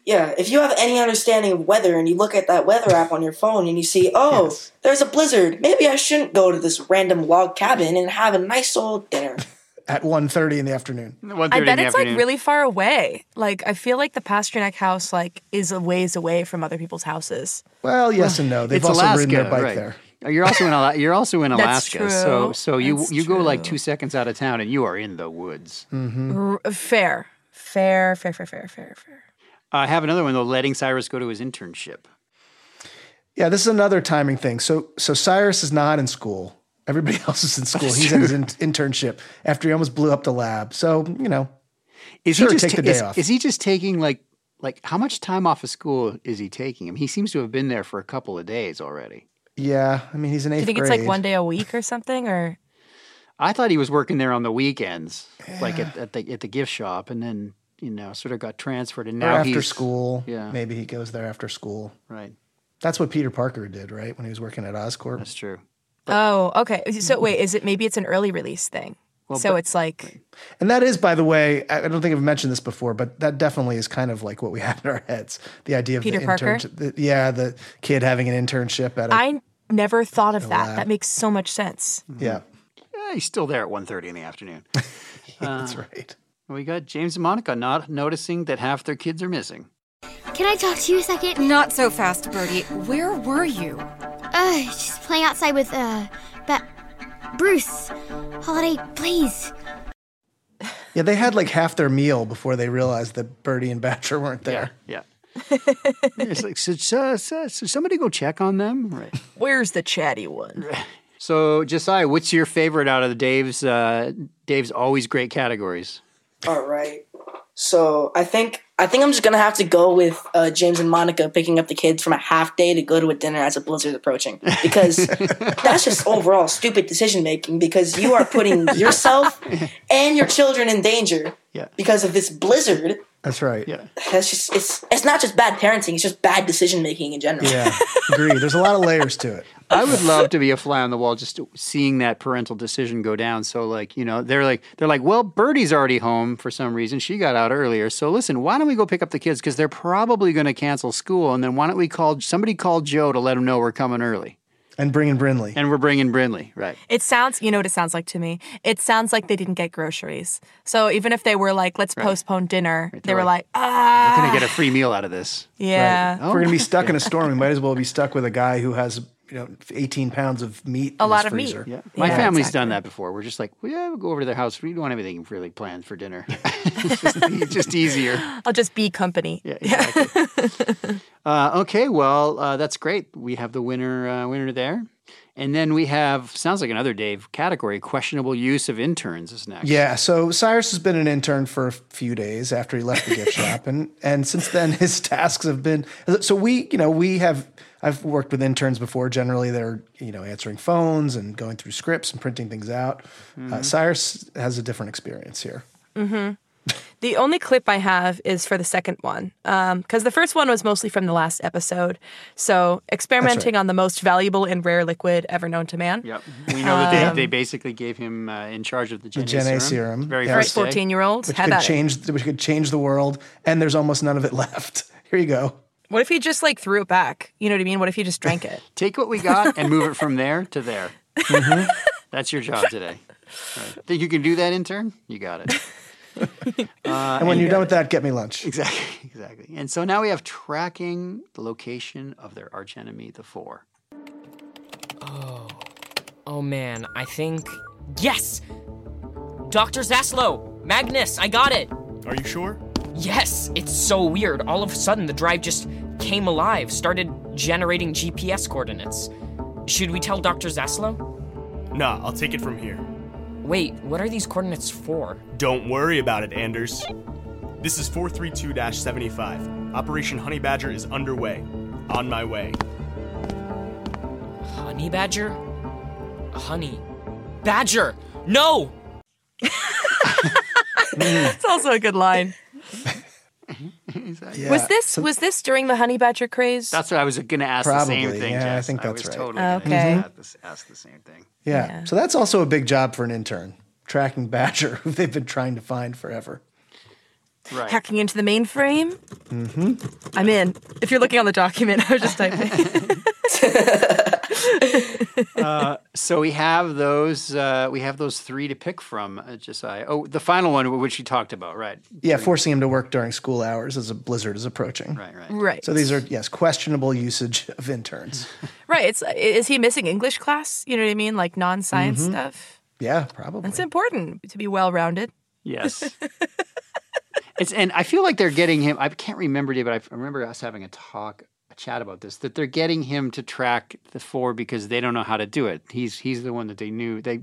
Speaker 8: Yeah, if you have any understanding of weather and you look at that weather app on your phone and you see, oh, there's a blizzard, maybe I shouldn't go to this random log cabin and have a nice old dinner.
Speaker 7: at 1.30 in the afternoon.
Speaker 4: I bet it's like really far away. Like I feel like the Pasternak house like is a ways away from other people's houses.
Speaker 7: Well, yes and no. Oh, They've
Speaker 6: It's
Speaker 7: also
Speaker 6: Alaska,
Speaker 7: ridden their bike
Speaker 6: right. Oh,
Speaker 7: there.
Speaker 6: You're also
Speaker 7: <laughs>
Speaker 6: in Ala- you're also in
Speaker 4: That's
Speaker 6: Alaska, so
Speaker 4: true.
Speaker 6: so you
Speaker 4: That's
Speaker 6: you go like two seconds out of town and you are in the woods.
Speaker 7: Hmm.
Speaker 4: R- fair, fair, fair, fair, fair, fair, fair.
Speaker 6: I have another one though. Letting Cyrus go to his internship.
Speaker 7: Yeah, this is another timing thing. So so Cyrus is not in school. Everybody <laughs> else is in school. He's in his in- internship after he almost blew up the lab. So, you know,
Speaker 6: Is
Speaker 7: sure,
Speaker 6: he just
Speaker 7: take the
Speaker 6: ta-
Speaker 7: day
Speaker 6: is,
Speaker 7: off.
Speaker 6: is he just taking like like how much time off of school is he taking? I mean, he seems to have been there for a couple of days already.
Speaker 7: yeah, I mean, he's in
Speaker 4: Do
Speaker 7: eighth
Speaker 4: you think
Speaker 7: grade.
Speaker 4: it's like one day a week or something? Or
Speaker 6: I thought he was working there on the weekends, like at, at the at the gift shop, and then you know sort of got transferred, and
Speaker 7: Or
Speaker 6: now
Speaker 7: after
Speaker 6: he's-
Speaker 7: school.
Speaker 6: Yeah.
Speaker 7: Maybe he goes there after school.
Speaker 6: Right.
Speaker 7: That's what Peter Parker did, right? When he was working at Oscorp. That's
Speaker 6: true.
Speaker 4: oh, okay. So wait, is it maybe it's an early release thing?
Speaker 7: Well,
Speaker 4: so
Speaker 7: but-
Speaker 4: it's like
Speaker 7: And that is, by the way, I I don't think I've mentioned this before, but that definitely is kind of like what we <laughs> have in our heads. The idea of
Speaker 4: Peter
Speaker 7: the
Speaker 4: Parker?
Speaker 7: internship. yeah, the kid having an internship at a
Speaker 4: I never thought of that.
Speaker 7: lab.
Speaker 4: That makes so much sense.
Speaker 7: yeah.
Speaker 6: Eh, he's still there at 1.30 in the
Speaker 4: <laughs>
Speaker 6: afternoon. Uh,
Speaker 7: That's right.
Speaker 6: We got James and Monica not noticing that half their kids are missing.
Speaker 11: Can I talk to you a second?
Speaker 13: Not so fast, Birdie. Where were you?
Speaker 11: Uh, just playing outside with, uh, that. Bruce! Holiday, please!
Speaker 7: Yeah, they had like half their meal before they realized that Birdie and Batcher weren't there.
Speaker 6: Yeah. it's like, so, so, so, so somebody go check on them?
Speaker 4: <laughs>
Speaker 6: Right.
Speaker 4: Where's the chatty one?
Speaker 6: So, Josiah, what's your favorite out of Dave's uh, Dave's always great categories?
Speaker 8: All right. So I think I think I'm just gonna have to go with uh, James and Monica picking up the kids from a half day to go to a dinner as a blizzard's approaching because that's just overall stupid decision making because you are putting yourself and your children in danger
Speaker 6: Yeah.
Speaker 8: because of this blizzard.
Speaker 7: That's right.
Speaker 6: Yeah.
Speaker 8: That's just it's it's not just bad parenting; it's just bad decision making in general. <laughs>
Speaker 7: Yeah. Agree. There's a lot of layers to it.
Speaker 6: I would love to be a fly on the wall just to- seeing that parental decision go down. So like, you know, they're like they're like, "Well, Birdie's already home for some reason. She got out earlier. So listen, why don't we go pick up the kids cuz they're probably going to cancel school and then why don't we call somebody call Joe to let him know we're coming early
Speaker 7: And bringing Brinley.
Speaker 6: and we're bringing Brinley." Right.
Speaker 4: It sounds, you know what it sounds like to me? It sounds like they didn't get groceries. So even if they were like, let's postpone dinner, they were like, ah.
Speaker 6: We're going to get a free meal out of this.
Speaker 4: Yeah.
Speaker 7: If we're going to be stuck in a storm, we might as well be stuck with a guy who has you know, 18 pounds of meat.
Speaker 4: A
Speaker 7: in
Speaker 4: lot
Speaker 7: his
Speaker 4: of meat.
Speaker 7: freezer.
Speaker 4: Yeah.
Speaker 6: My
Speaker 4: Yeah,
Speaker 6: family's
Speaker 4: exactly.
Speaker 6: done that before. We're just like, well, yeah, we'll go over to their house. We don't have anything really planned for
Speaker 4: <laughs>
Speaker 6: dinner. <laughs> it's, just, it's just easier.
Speaker 4: I'll just be company. <laughs>
Speaker 6: Yeah, exactly. Uh, okay, well, uh, that's great. We have the winner, uh, winner there. And then we have, sounds like another Dave category, questionable use of interns is next.
Speaker 7: Yeah, so Cyrus has been an intern for a few days after he left the gift shop, and and since then his tasks have been. So we, you know, we have. I've worked with interns before. Generally, they're you know answering phones and going through scripts and printing things out. Uh,
Speaker 6: Mm-hmm.
Speaker 4: Mhm.
Speaker 7: Cyrus has a different experience here.
Speaker 4: hmm The only clip I have is for the second one, because the first one was mostly from the last episode. So, experimenting on the most valuable and rare liquid ever known to man.
Speaker 6: Yep. We know that
Speaker 4: Um,
Speaker 6: they, they basically gave him uh, in charge of the Gen,
Speaker 7: The Gen
Speaker 6: A
Speaker 7: A
Speaker 6: serum.
Speaker 7: serum,
Speaker 6: Very <laughs>
Speaker 7: yeah.
Speaker 6: first day.
Speaker 4: fourteen-year-olds
Speaker 7: which
Speaker 4: had
Speaker 7: could
Speaker 4: that.
Speaker 7: change, which could change the world, and there's almost none of it <laughs> left. Here you go.
Speaker 4: What if he just like threw it back? You know what I mean? What if he just drank it?
Speaker 6: <laughs> Take what we got and move it from there to there.
Speaker 7: Mm-hmm.
Speaker 6: <laughs> That's your job today. Right. Think you can do that, intern? You got
Speaker 7: <laughs>
Speaker 6: it. Uh,
Speaker 7: and when you're done with that, get me lunch.
Speaker 6: Exactly. <laughs> Exactly. And so now we have tracking the location of their archenemy, the Four.
Speaker 17: Oh. Oh man, I think. Yes! Dr. Zaslow! Magnus, I got it!
Speaker 18: Are you sure?
Speaker 17: Yes! It's so weird. All of a sudden, the drive just came alive, started generating GPS coordinates. Should we tell Dr. Zaslow?
Speaker 18: Nah, I'll take it from here.
Speaker 17: Wait, what are these coordinates for?
Speaker 18: Don't worry about it, Anders. This is 432 75. Operation Honey Badger is underway. On my way.
Speaker 17: Honey Badger? Honey. Badger! No!
Speaker 4: It's also a
Speaker 6: <laughs>
Speaker 4: good line.
Speaker 6: Yeah.
Speaker 4: was this was this during the honey badger craze?
Speaker 6: That's what I was going to ask the same
Speaker 7: Probably,
Speaker 6: thing.
Speaker 7: yeah, I
Speaker 6: Jess.
Speaker 7: think that's
Speaker 6: was
Speaker 7: right.
Speaker 6: Totally gonna
Speaker 4: Okay.
Speaker 6: ask the- ask the same thing.
Speaker 7: Yeah. So that's also a big job for an intern, tracking <laughs> Badger, who they've been trying to find forever.
Speaker 6: Right.
Speaker 4: Hacking into the mainframe.
Speaker 7: Mm-hmm.
Speaker 4: I'm in. If you're looking on the document, I was
Speaker 6: <laughs>
Speaker 4: just typing.
Speaker 6: uh, so we have those. Uh, we have those three to pick from. Uh, Josiah. Oh, the final one, which you talked about, right?
Speaker 7: Yeah, forcing him to work during school hours as a blizzard is approaching. Right,
Speaker 6: right.
Speaker 4: Right.
Speaker 7: So these are, yes, questionable usage of
Speaker 6: <laughs>
Speaker 7: interns.
Speaker 4: right. It's is he missing English class? You know what I mean? Like non-science
Speaker 6: Mm-hmm.
Speaker 7: Mhm.
Speaker 4: stuff.
Speaker 7: yeah, probably.
Speaker 4: It's important to be well-rounded.
Speaker 7: <laughs>
Speaker 6: Yes. It's and I feel like they're getting him. I can't remember, Dave, but I remember us having a talk, a chat about this. That they're getting him to track the four because they don't know how to do it. He's he's the one that they knew they.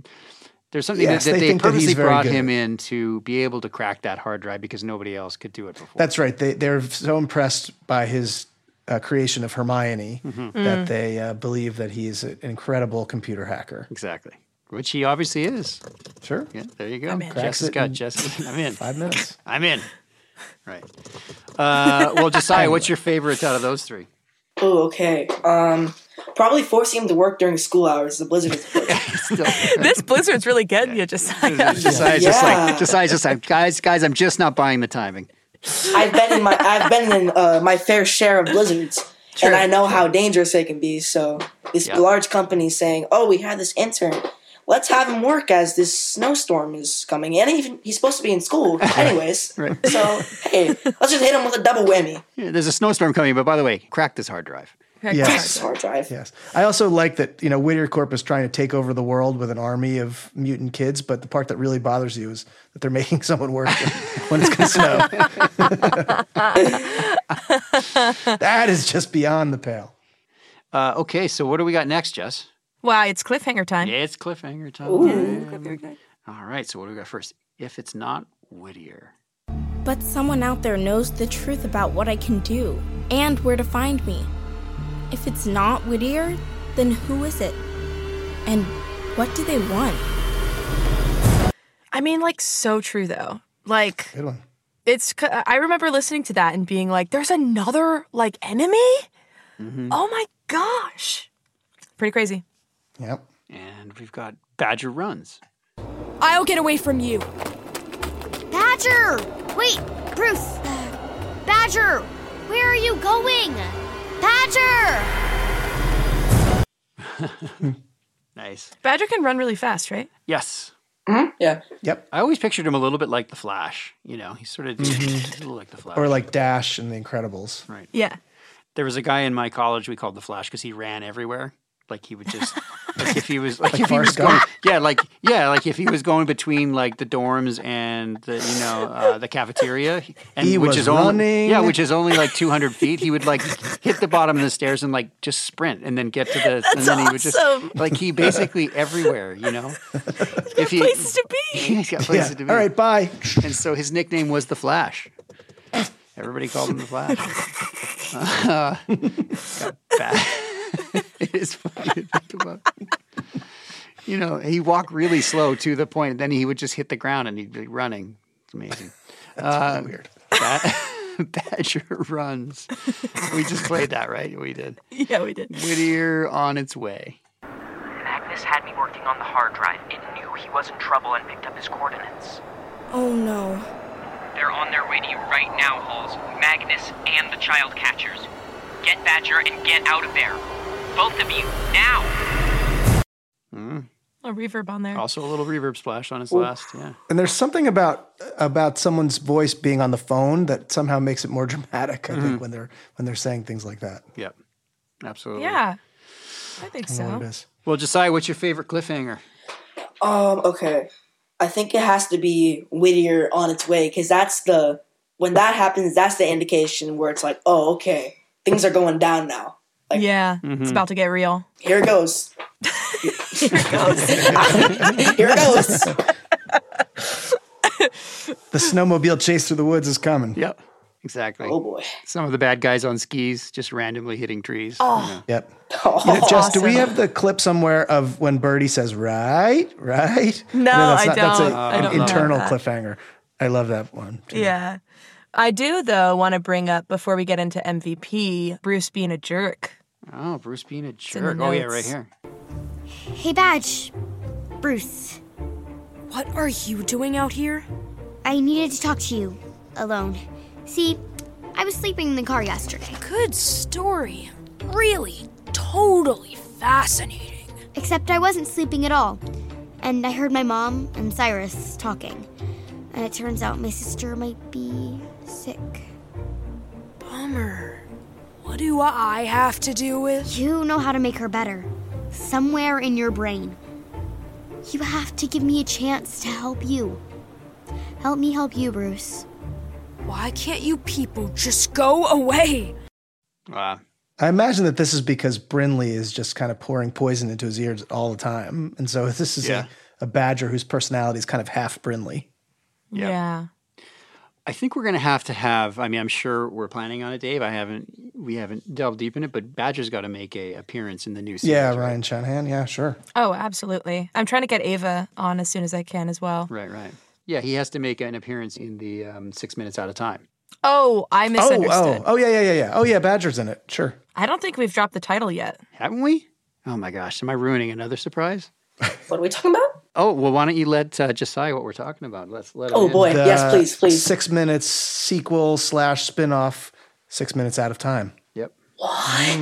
Speaker 6: There's something
Speaker 7: Yes,
Speaker 6: that, that
Speaker 7: they
Speaker 6: they,
Speaker 7: think that he's
Speaker 6: purposely
Speaker 7: very
Speaker 6: brought
Speaker 7: good
Speaker 6: him in to be able to crack that hard drive because nobody else could do it before.
Speaker 7: That's right. They, they're so impressed by his uh, creation of Hermione
Speaker 6: Mhm.
Speaker 7: that
Speaker 6: Mm.
Speaker 7: they uh, believe that he is an incredible computer hacker.
Speaker 6: Exactly. Which he obviously is.
Speaker 7: Sure.
Speaker 6: Yeah, there you go.
Speaker 7: I'm in.
Speaker 6: Jess
Speaker 7: Cracks
Speaker 6: has
Speaker 7: it
Speaker 6: got
Speaker 7: in
Speaker 6: Jess. I'm in.
Speaker 7: Five minutes.
Speaker 6: I'm in. Right. Uh, well, Josiah, what's your favorite out of those three?
Speaker 8: Oh, okay. Um, probably forcing him to work during school hours. The
Speaker 6: <laughs>
Speaker 8: blizzard is
Speaker 4: this blizzard's really getting you, <laughs> Josiah.
Speaker 6: Josiah's just like Josiah's just like guys, guys. I'm just not buying the timing.
Speaker 8: I've been in my I've been in uh, my fair share of blizzards, and I know how dangerous they can be. So this
Speaker 6: Yeah.
Speaker 8: large company saying, "Oh, we had this intern. Let's have him work as this snowstorm is coming." And even he's supposed to be
Speaker 6: <laughs>
Speaker 8: in school, anyways.
Speaker 6: Right.
Speaker 8: So hey, let's just hit him with a double whammy.
Speaker 6: Yeah, there's a snowstorm coming, but by the way, crack this hard drive.
Speaker 7: Yes.
Speaker 8: hard drive.
Speaker 7: Yes. I also like that, you know, Whittier Corp is trying to take over the world with an army of mutant kids, but the part that really bothers you is that they're <laughs> making someone
Speaker 6: <laughs>
Speaker 7: work when it's going to snow. <laughs> that is just beyond the pale.
Speaker 6: Uh, okay, so what do we got next, Jess?
Speaker 4: Wow, it's cliffhanger time.
Speaker 6: Yeah, it's cliffhanger time. All right, so what do we got first? If it's not Whittier,
Speaker 3: But someone out there knows the truth about what I can do and where to find me. If it's not Whittier, then who is it? And what do they want?
Speaker 4: I mean, like so true though. Like
Speaker 7: Good one.
Speaker 4: it's. c- I remember listening to that and being like, "There's another like enemy."
Speaker 6: mm-hmm.
Speaker 4: Oh my gosh, pretty crazy.
Speaker 7: Yep.
Speaker 6: And we've got Badger runs.
Speaker 2: I'll get away from you.
Speaker 11: Badger! Wait, Bruce! Badger! Where are you going? Badger!
Speaker 6: Nice.
Speaker 4: Badger can run really fast, right?
Speaker 6: Yes.
Speaker 8: Yeah.
Speaker 7: Yep.
Speaker 6: I always pictured him a little bit like the Flash. You know, he's sort of
Speaker 7: Mhm.
Speaker 6: a <laughs> little like the Flash.
Speaker 7: Or like Dash and the Incredibles.
Speaker 6: Right.
Speaker 4: Yeah.
Speaker 6: There was a guy in my college we called the Flash because he ran everywhere. Like he would just
Speaker 7: <laughs>
Speaker 6: like if he was like,
Speaker 7: Like
Speaker 6: if he was
Speaker 7: Forrest
Speaker 6: going
Speaker 7: Gump?
Speaker 6: yeah like yeah like if he was going between like the dorms and the you know uh, the cafeteria he- and
Speaker 7: He
Speaker 6: which
Speaker 7: was
Speaker 6: is only
Speaker 7: running.
Speaker 6: yeah which is only like 200 feet he would like hit the bottom of the stairs and like just sprint and then get to the and
Speaker 7: That's
Speaker 6: then he would
Speaker 7: awesome.
Speaker 6: just like he basically everywhere
Speaker 7: <laughs>
Speaker 6: you know if he places to <laughs> be he's got places
Speaker 7: Yeah.
Speaker 6: to be
Speaker 7: All right, bye
Speaker 6: and so his nickname was the Flash everybody called him the Flash uh, <laughs> got bad. <laughs> it is funny to think about. You know, he walked really slow to the point, then he would just hit the ground and he'd be running. It's amazing.
Speaker 7: <laughs> That's really weird.
Speaker 6: Ba- <laughs> Badger runs. We just played that, right? We did.
Speaker 4: <laughs> Yeah, we did.
Speaker 6: Whittier on its way.
Speaker 19: Magnus had me working on the hard drive. It knew he was in trouble and picked up his coordinates.
Speaker 2: Oh no.
Speaker 19: They're on their way to you right now, Halls. Magnus and the child catchers. Get Badger and get out of there. Both of you, now!
Speaker 6: Mm.
Speaker 4: A reverb on there.
Speaker 6: Also a little reverb splash on his
Speaker 7: Ooh.
Speaker 6: last. Yeah.
Speaker 7: And there's something about about someone's voice being on the phone that somehow makes it more <laughs> dramatic. I
Speaker 6: Mhm.
Speaker 7: think when they're when they're saying things like that.
Speaker 6: Yep. Absolutely.
Speaker 4: Yeah. I think
Speaker 7: I don't know
Speaker 4: so.
Speaker 7: what it is.
Speaker 6: Well, Josiah, what's your favorite cliffhanger?
Speaker 8: Um, okay. I think it has to be Whittier on its way because that's the when that happens, that's the indication where it's like, oh, okay, things are going down now.
Speaker 4: yeah,
Speaker 8: Mhm.
Speaker 6: Mm-hmm.
Speaker 4: it's about to get real.
Speaker 8: Here it goes.
Speaker 4: Here it <laughs> goes.
Speaker 8: Here it goes. <laughs>
Speaker 7: The snowmobile chase through the woods is coming.
Speaker 6: Yep. Exactly.
Speaker 8: Oh boy.
Speaker 6: Some of the bad guys on skis just randomly hitting trees.
Speaker 7: Oh. Yep. Just do we have the clip somewhere of when Birdie says right, right?
Speaker 4: No, I
Speaker 7: That's
Speaker 4: don't.
Speaker 7: a-
Speaker 4: I don't
Speaker 7: an
Speaker 4: know
Speaker 7: internal
Speaker 4: that.
Speaker 7: cliffhanger. I love that one.
Speaker 4: Yeah. I do, though, want to bring up before we get into MVP Bruce being a jerk.
Speaker 6: Oh, Bruce being a
Speaker 4: in the
Speaker 6: jerk. Oh, yeah, right
Speaker 4: notes.
Speaker 6: here.
Speaker 11: Hey, Badge. Bruce.
Speaker 2: What are you doing out here?
Speaker 11: I needed to talk to you. Alone. See, I was sleeping in the car yesterday.
Speaker 2: Good story. Really, totally fascinating.
Speaker 11: Except I wasn't sleeping at all. And I heard my mom and Cyrus talking. And it turns out my sister might be sick.
Speaker 2: Bummer. What do I have to do with?
Speaker 11: You know how to make her better. Somewhere in your brain. You have to give me a chance to help you. Help me help you, Bruce.
Speaker 2: Why can't you people just go away?
Speaker 6: Wow.
Speaker 7: I imagine that this is because Brinley is just kind of pouring poison into his ears all the time. And so <laughs> this is
Speaker 6: Yeah.
Speaker 7: a, a badger whose personality is kind of half Brinley.
Speaker 4: Yeah.
Speaker 6: I think we're going to have to have. I mean, I'm sure we're planning on it, Dave. I haven't. We haven't delved deep in it, but Badger's got to make a appearance in the new series.
Speaker 7: yeah,
Speaker 6: right.
Speaker 7: Ryan Shanahan. Yeah, sure.
Speaker 4: Oh, absolutely. I'm trying to get Ava on as soon as I can as well.
Speaker 6: Right, right. Yeah, he has to make an appearance in the um, six minutes out of time.
Speaker 4: Oh, I
Speaker 7: Oh,
Speaker 4: misunderstood.
Speaker 7: oh, oh, yeah, yeah, yeah, yeah. Oh, yeah, Badger's in it. Sure.
Speaker 4: I don't think we've dropped the title yet.
Speaker 6: Haven't we? Oh my gosh, am I ruining another surprise?
Speaker 8: What are we talking about?
Speaker 6: Oh well, why don't you let uh, Josiah what we're talking about? Let's let. him in.
Speaker 7: The Six minutes sequel slash spin off, six minutes out of time.
Speaker 6: Yep. What?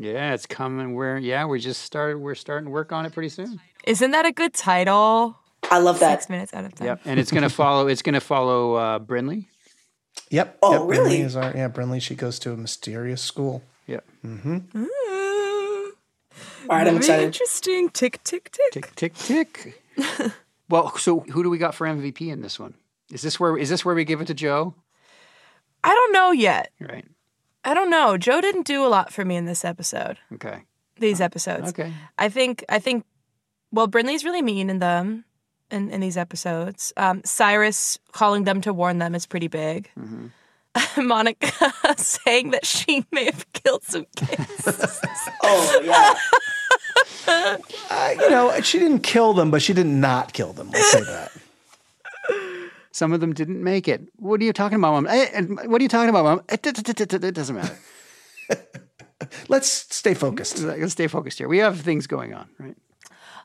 Speaker 6: Yeah, it's coming. We're yeah, we just started. We're starting to work on it pretty soon.
Speaker 4: Isn't that a good title?
Speaker 8: I love
Speaker 4: that. Six minutes out of time.
Speaker 6: Yep, and it's gonna follow. It's gonna follow uh, Brinley.
Speaker 7: Yep.
Speaker 6: Oh,
Speaker 7: yep, Brinley
Speaker 6: really?
Speaker 7: is our- yeah, Brinley, she goes to a mysterious school.
Speaker 6: Yep.
Speaker 7: Mm-hmm.
Speaker 8: All right, I'm
Speaker 4: Very
Speaker 8: excited.
Speaker 4: Interesting. Tick, tick, tick.
Speaker 6: Tick, tick, tick. well, so who do we got for MVP in this one? Is this where is this where we give it to Joe?
Speaker 4: I don't know yet.
Speaker 6: Right.
Speaker 4: I don't know. Joe didn't do a lot for me in this episode.
Speaker 6: Okay. Oh,
Speaker 4: These episodes.
Speaker 6: Okay.
Speaker 4: I think I think well, Brinley's really mean in them in, in these episodes. Um, Cyrus calling them to warn them is pretty big.
Speaker 6: Mm-hmm.
Speaker 4: <laughs> Monica saying that she may have killed some kids.
Speaker 8: oh yeah.
Speaker 4: <laughs>
Speaker 7: Uh, you know, she didn't kill them, but she did not kill them. Let's say that.
Speaker 6: <laughs> Some of them didn't make it. What are you talking about, mom? Eh, and What are you talking about, mom? Eh, t- t- t- t- t- It doesn't matter.
Speaker 7: <laughs> Let's stay focused.
Speaker 6: Let's stay focused here. We have things going on, right?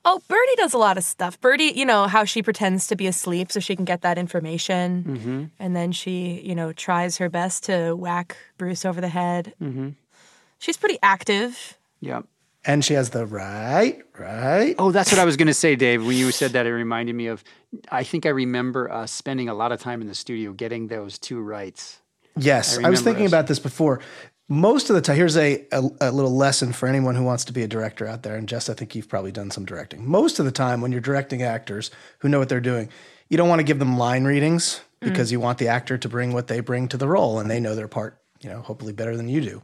Speaker 4: Oh, Birdie does a lot of stuff. Birdie, you know, how she pretends to be asleep so she can get that information.
Speaker 6: Mm-hmm.
Speaker 4: And then she, you know, tries her best to whack Bruce over the head.
Speaker 6: Mm-hmm.
Speaker 4: She's pretty active.
Speaker 6: Yep.
Speaker 7: And she has the right, right.
Speaker 6: Oh, that's what I was going to say, Dave. When you said that, it reminded me of. I think I remember us spending a lot of time in the studio getting those two rights.
Speaker 7: Yes,
Speaker 6: I
Speaker 7: I, was
Speaker 6: remember
Speaker 7: thinking
Speaker 6: us.
Speaker 7: about this before. most of the time, here's a, a, a little lesson for anyone who wants to be a director out there. And Jess, I think you've probably done some directing. Most of the time, when you're directing actors who know what they're doing, you don't want to give them line readings because
Speaker 20: Mm.
Speaker 7: you want the actor to bring what they bring to the role and they know their part, you know, hopefully better than you do.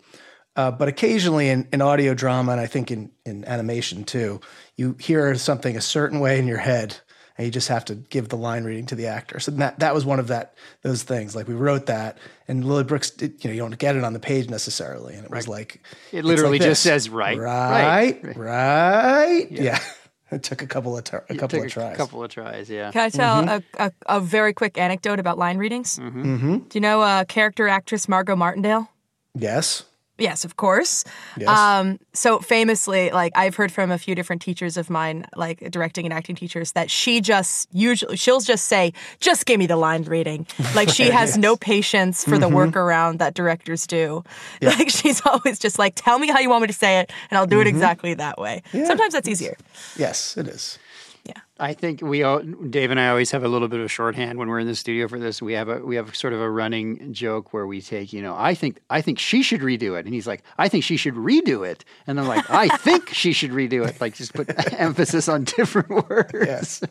Speaker 7: Uh, but occasionally in, in audio drama, and I think in, in animation too, you hear something a certain way in your head and you just have to give the line reading to the actor. So that, that was one of that those things. Like we wrote that and Lily Brooks, did, you know, you don't get it on the page necessarily. And it was like,
Speaker 6: It
Speaker 7: it's
Speaker 6: literally
Speaker 7: like
Speaker 6: just
Speaker 7: this.
Speaker 6: says, right,
Speaker 7: right,
Speaker 6: right,
Speaker 7: right. Yeah. <laughs> It took a couple of, tr- a
Speaker 6: It
Speaker 7: couple
Speaker 6: took
Speaker 7: of
Speaker 6: a
Speaker 7: tries.
Speaker 6: couple of tries, yeah. Mm-hmm.
Speaker 4: Can I tell a, a, a very quick anecdote about line readings?
Speaker 7: Mm-hmm.
Speaker 4: Do you know uh, character actress Margot Martindale?
Speaker 7: Yes.
Speaker 4: Yes, of course.
Speaker 7: Yes.
Speaker 4: Um, so famously, like I've heard from a few different teachers of mine, like directing and acting teachers, that she just usually she'll just say, "Just give me the line reading." Like
Speaker 6: <laughs>
Speaker 4: she has
Speaker 20: Yes.
Speaker 4: no patience for
Speaker 6: Mm-hmm.
Speaker 4: the
Speaker 20: Mhm.
Speaker 4: workaround that directors do.
Speaker 20: Yeah.
Speaker 4: <laughs> Like she's always just like, "Tell me how you want me to say it, and I'll do it
Speaker 6: Mhm.
Speaker 4: exactly that way." Sometimes that's easier.
Speaker 7: Yes, it is.
Speaker 6: I think we all, Dave and I always have a little bit of shorthand when we're in the studio for this. We have a we have sort of a running joke where we take, you know, I think I think she should redo it, and he's like, I think she should redo it, and I'm like, <laughs> I think she should redo it, like just put <laughs> emphasis on different <laughs> words. Yes.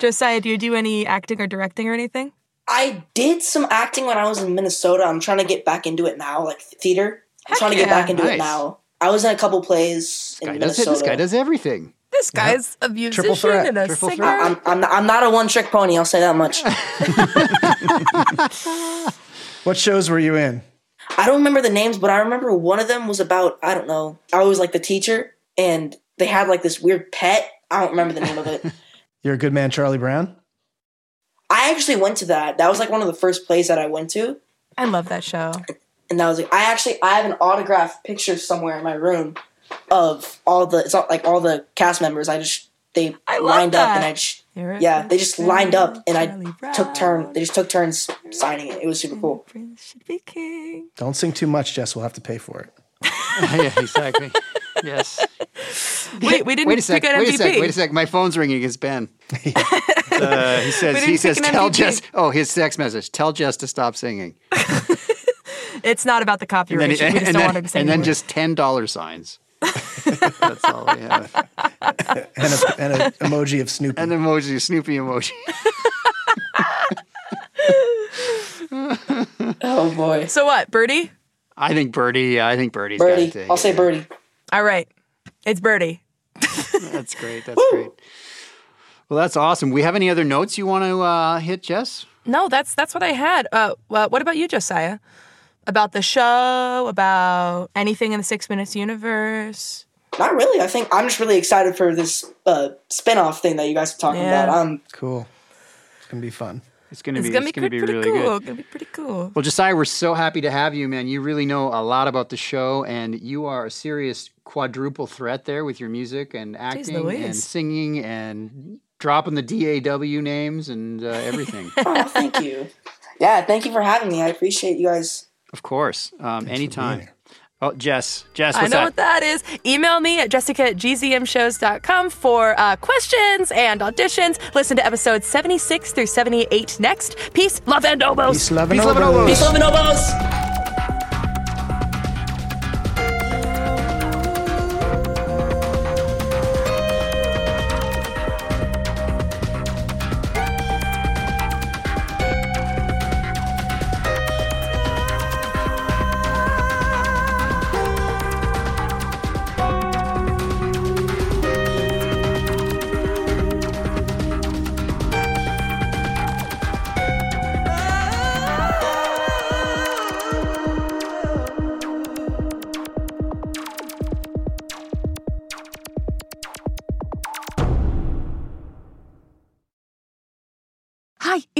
Speaker 4: Josiah, do you do any acting or directing or anything?
Speaker 8: I did some acting when I was in Minnesota. I'm trying to get back into it now, like theater. I'm trying to get
Speaker 6: yeah.
Speaker 8: back into
Speaker 6: Nice.
Speaker 8: it now. I was in a couple plays in
Speaker 6: Guy does it.
Speaker 8: Minnesota.
Speaker 6: This guy does everything.
Speaker 4: This guy's a
Speaker 8: Triple threat.
Speaker 6: Triple threat.
Speaker 8: I- I'm, I'm, not, I'm not a one trick pony. I'll say that much.
Speaker 4: <laughs>
Speaker 7: What shows were you in?
Speaker 8: I don't remember the names, but I remember one of them was about I don't know. I was like the teacher, and they had like this weird pet. I don't remember the name
Speaker 4: <laughs>
Speaker 8: of it.
Speaker 7: You're a good man, Charlie Brown.
Speaker 8: I actually went to that. That was like one of the first plays that I went to.
Speaker 4: I love that show.
Speaker 8: And that was like I actually I have an autographed picture somewhere in my room of all the it's not like all the cast members. I just they
Speaker 4: love
Speaker 8: lined up and
Speaker 4: that.
Speaker 8: I just
Speaker 4: You're a
Speaker 8: yeah they just
Speaker 4: good
Speaker 8: lined up and
Speaker 4: Charlie
Speaker 8: I took turn they just took turns signing it. It was super cool.
Speaker 7: Don't sing too much, Jess. We'll have to pay for it.
Speaker 6: <laughs> yeah, exactly. Yes.
Speaker 4: Wait, we didn't
Speaker 6: wait a sec,
Speaker 4: pick an
Speaker 6: wait a sec,
Speaker 4: MVP.
Speaker 6: wait a sec. My phone's ringing. It's <laughs> Ben. Uh, he
Speaker 4: We
Speaker 6: says,
Speaker 4: didn't
Speaker 6: he
Speaker 4: pick
Speaker 6: says,
Speaker 4: an
Speaker 6: tell
Speaker 4: MVP.
Speaker 6: Jess. Oh, his text message. Tell Jess to stop singing.
Speaker 4: It's not about the
Speaker 6: And
Speaker 4: copyright.
Speaker 6: then,
Speaker 4: issue. we just
Speaker 6: and
Speaker 4: don't
Speaker 6: then-
Speaker 4: want him to say
Speaker 6: and then
Speaker 4: anymore.
Speaker 6: just ten dollar signs. That's all we have.
Speaker 7: and a, and a emoji of Snoopy.
Speaker 6: An emoji, Snoopy emoji.
Speaker 8: oh boy.
Speaker 4: So what, Birdie?
Speaker 6: I think Birdie. I think Birdie's
Speaker 8: Birdie.
Speaker 6: got it.
Speaker 8: I'll say Birdie.
Speaker 4: All right. It's Birdie.
Speaker 6: That's great. That's great. Well, that's awesome. We have any other notes you want to uh, hit, Jess?
Speaker 4: No, that's that's what I had. Uh, well, what about you, Josiah? About the show, about anything in the Six Minutes universe.
Speaker 8: Not really. I think I'm just really excited for this uh, spin-off thing that you guys are talking
Speaker 4: Yeah.
Speaker 8: about. Um, I'm
Speaker 7: Cool. It's gonna be fun.
Speaker 6: It's gonna
Speaker 4: it's
Speaker 6: be.
Speaker 4: gonna be,
Speaker 6: it's gonna
Speaker 4: pretty,
Speaker 6: be
Speaker 4: pretty
Speaker 6: really
Speaker 4: cool.
Speaker 6: good.
Speaker 4: Gonna be pretty cool.
Speaker 6: Well, Josiah, we're so happy to have you, man. You really know a lot about the show, and you are a serious quadruple threat there with your music and acting and
Speaker 4: Louise.
Speaker 6: singing and dropping the DAW names and uh, everything.
Speaker 8: <laughs> oh, thank you. Yeah, thank you for having me. I appreciate you guys.
Speaker 6: of course, um, anytime. Oh, Jess, Jess,
Speaker 4: I
Speaker 6: what's
Speaker 4: know
Speaker 6: up?
Speaker 4: what that is. Email me at jessica at gzmshows.com for uh, questions and auditions. Listen to episodes 76 through 78 next. Peace, love, and oboes.
Speaker 7: Peace, love, and Peace, love, and oboes. oboes.
Speaker 8: Peace, love, and oboes.
Speaker 21: Hi,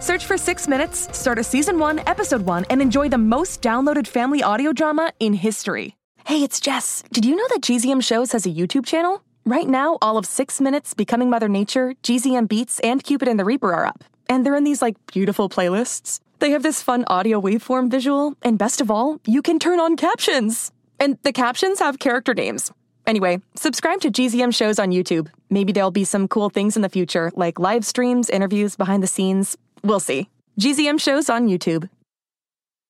Speaker 21: Search for Six Minutes, start a season one, episode one, and enjoy the most downloaded family audio drama in history.
Speaker 4: Hey, it's Jess. Did you know that GZM Shows has a YouTube channel? Right now, all of Six Minutes, Becoming Mother Nature, GZM Beats, and Cupid and the Reaper are up. And they're in these, like, beautiful playlists. They have this fun audio waveform visual, and best of all, you can turn on captions. And the captions have character names. Anyway, subscribe to GZM Shows on YouTube. Maybe there'll be some cool things in the future, like live streams, interviews, behind the scenes. We'll see. GZM Shows on YouTube.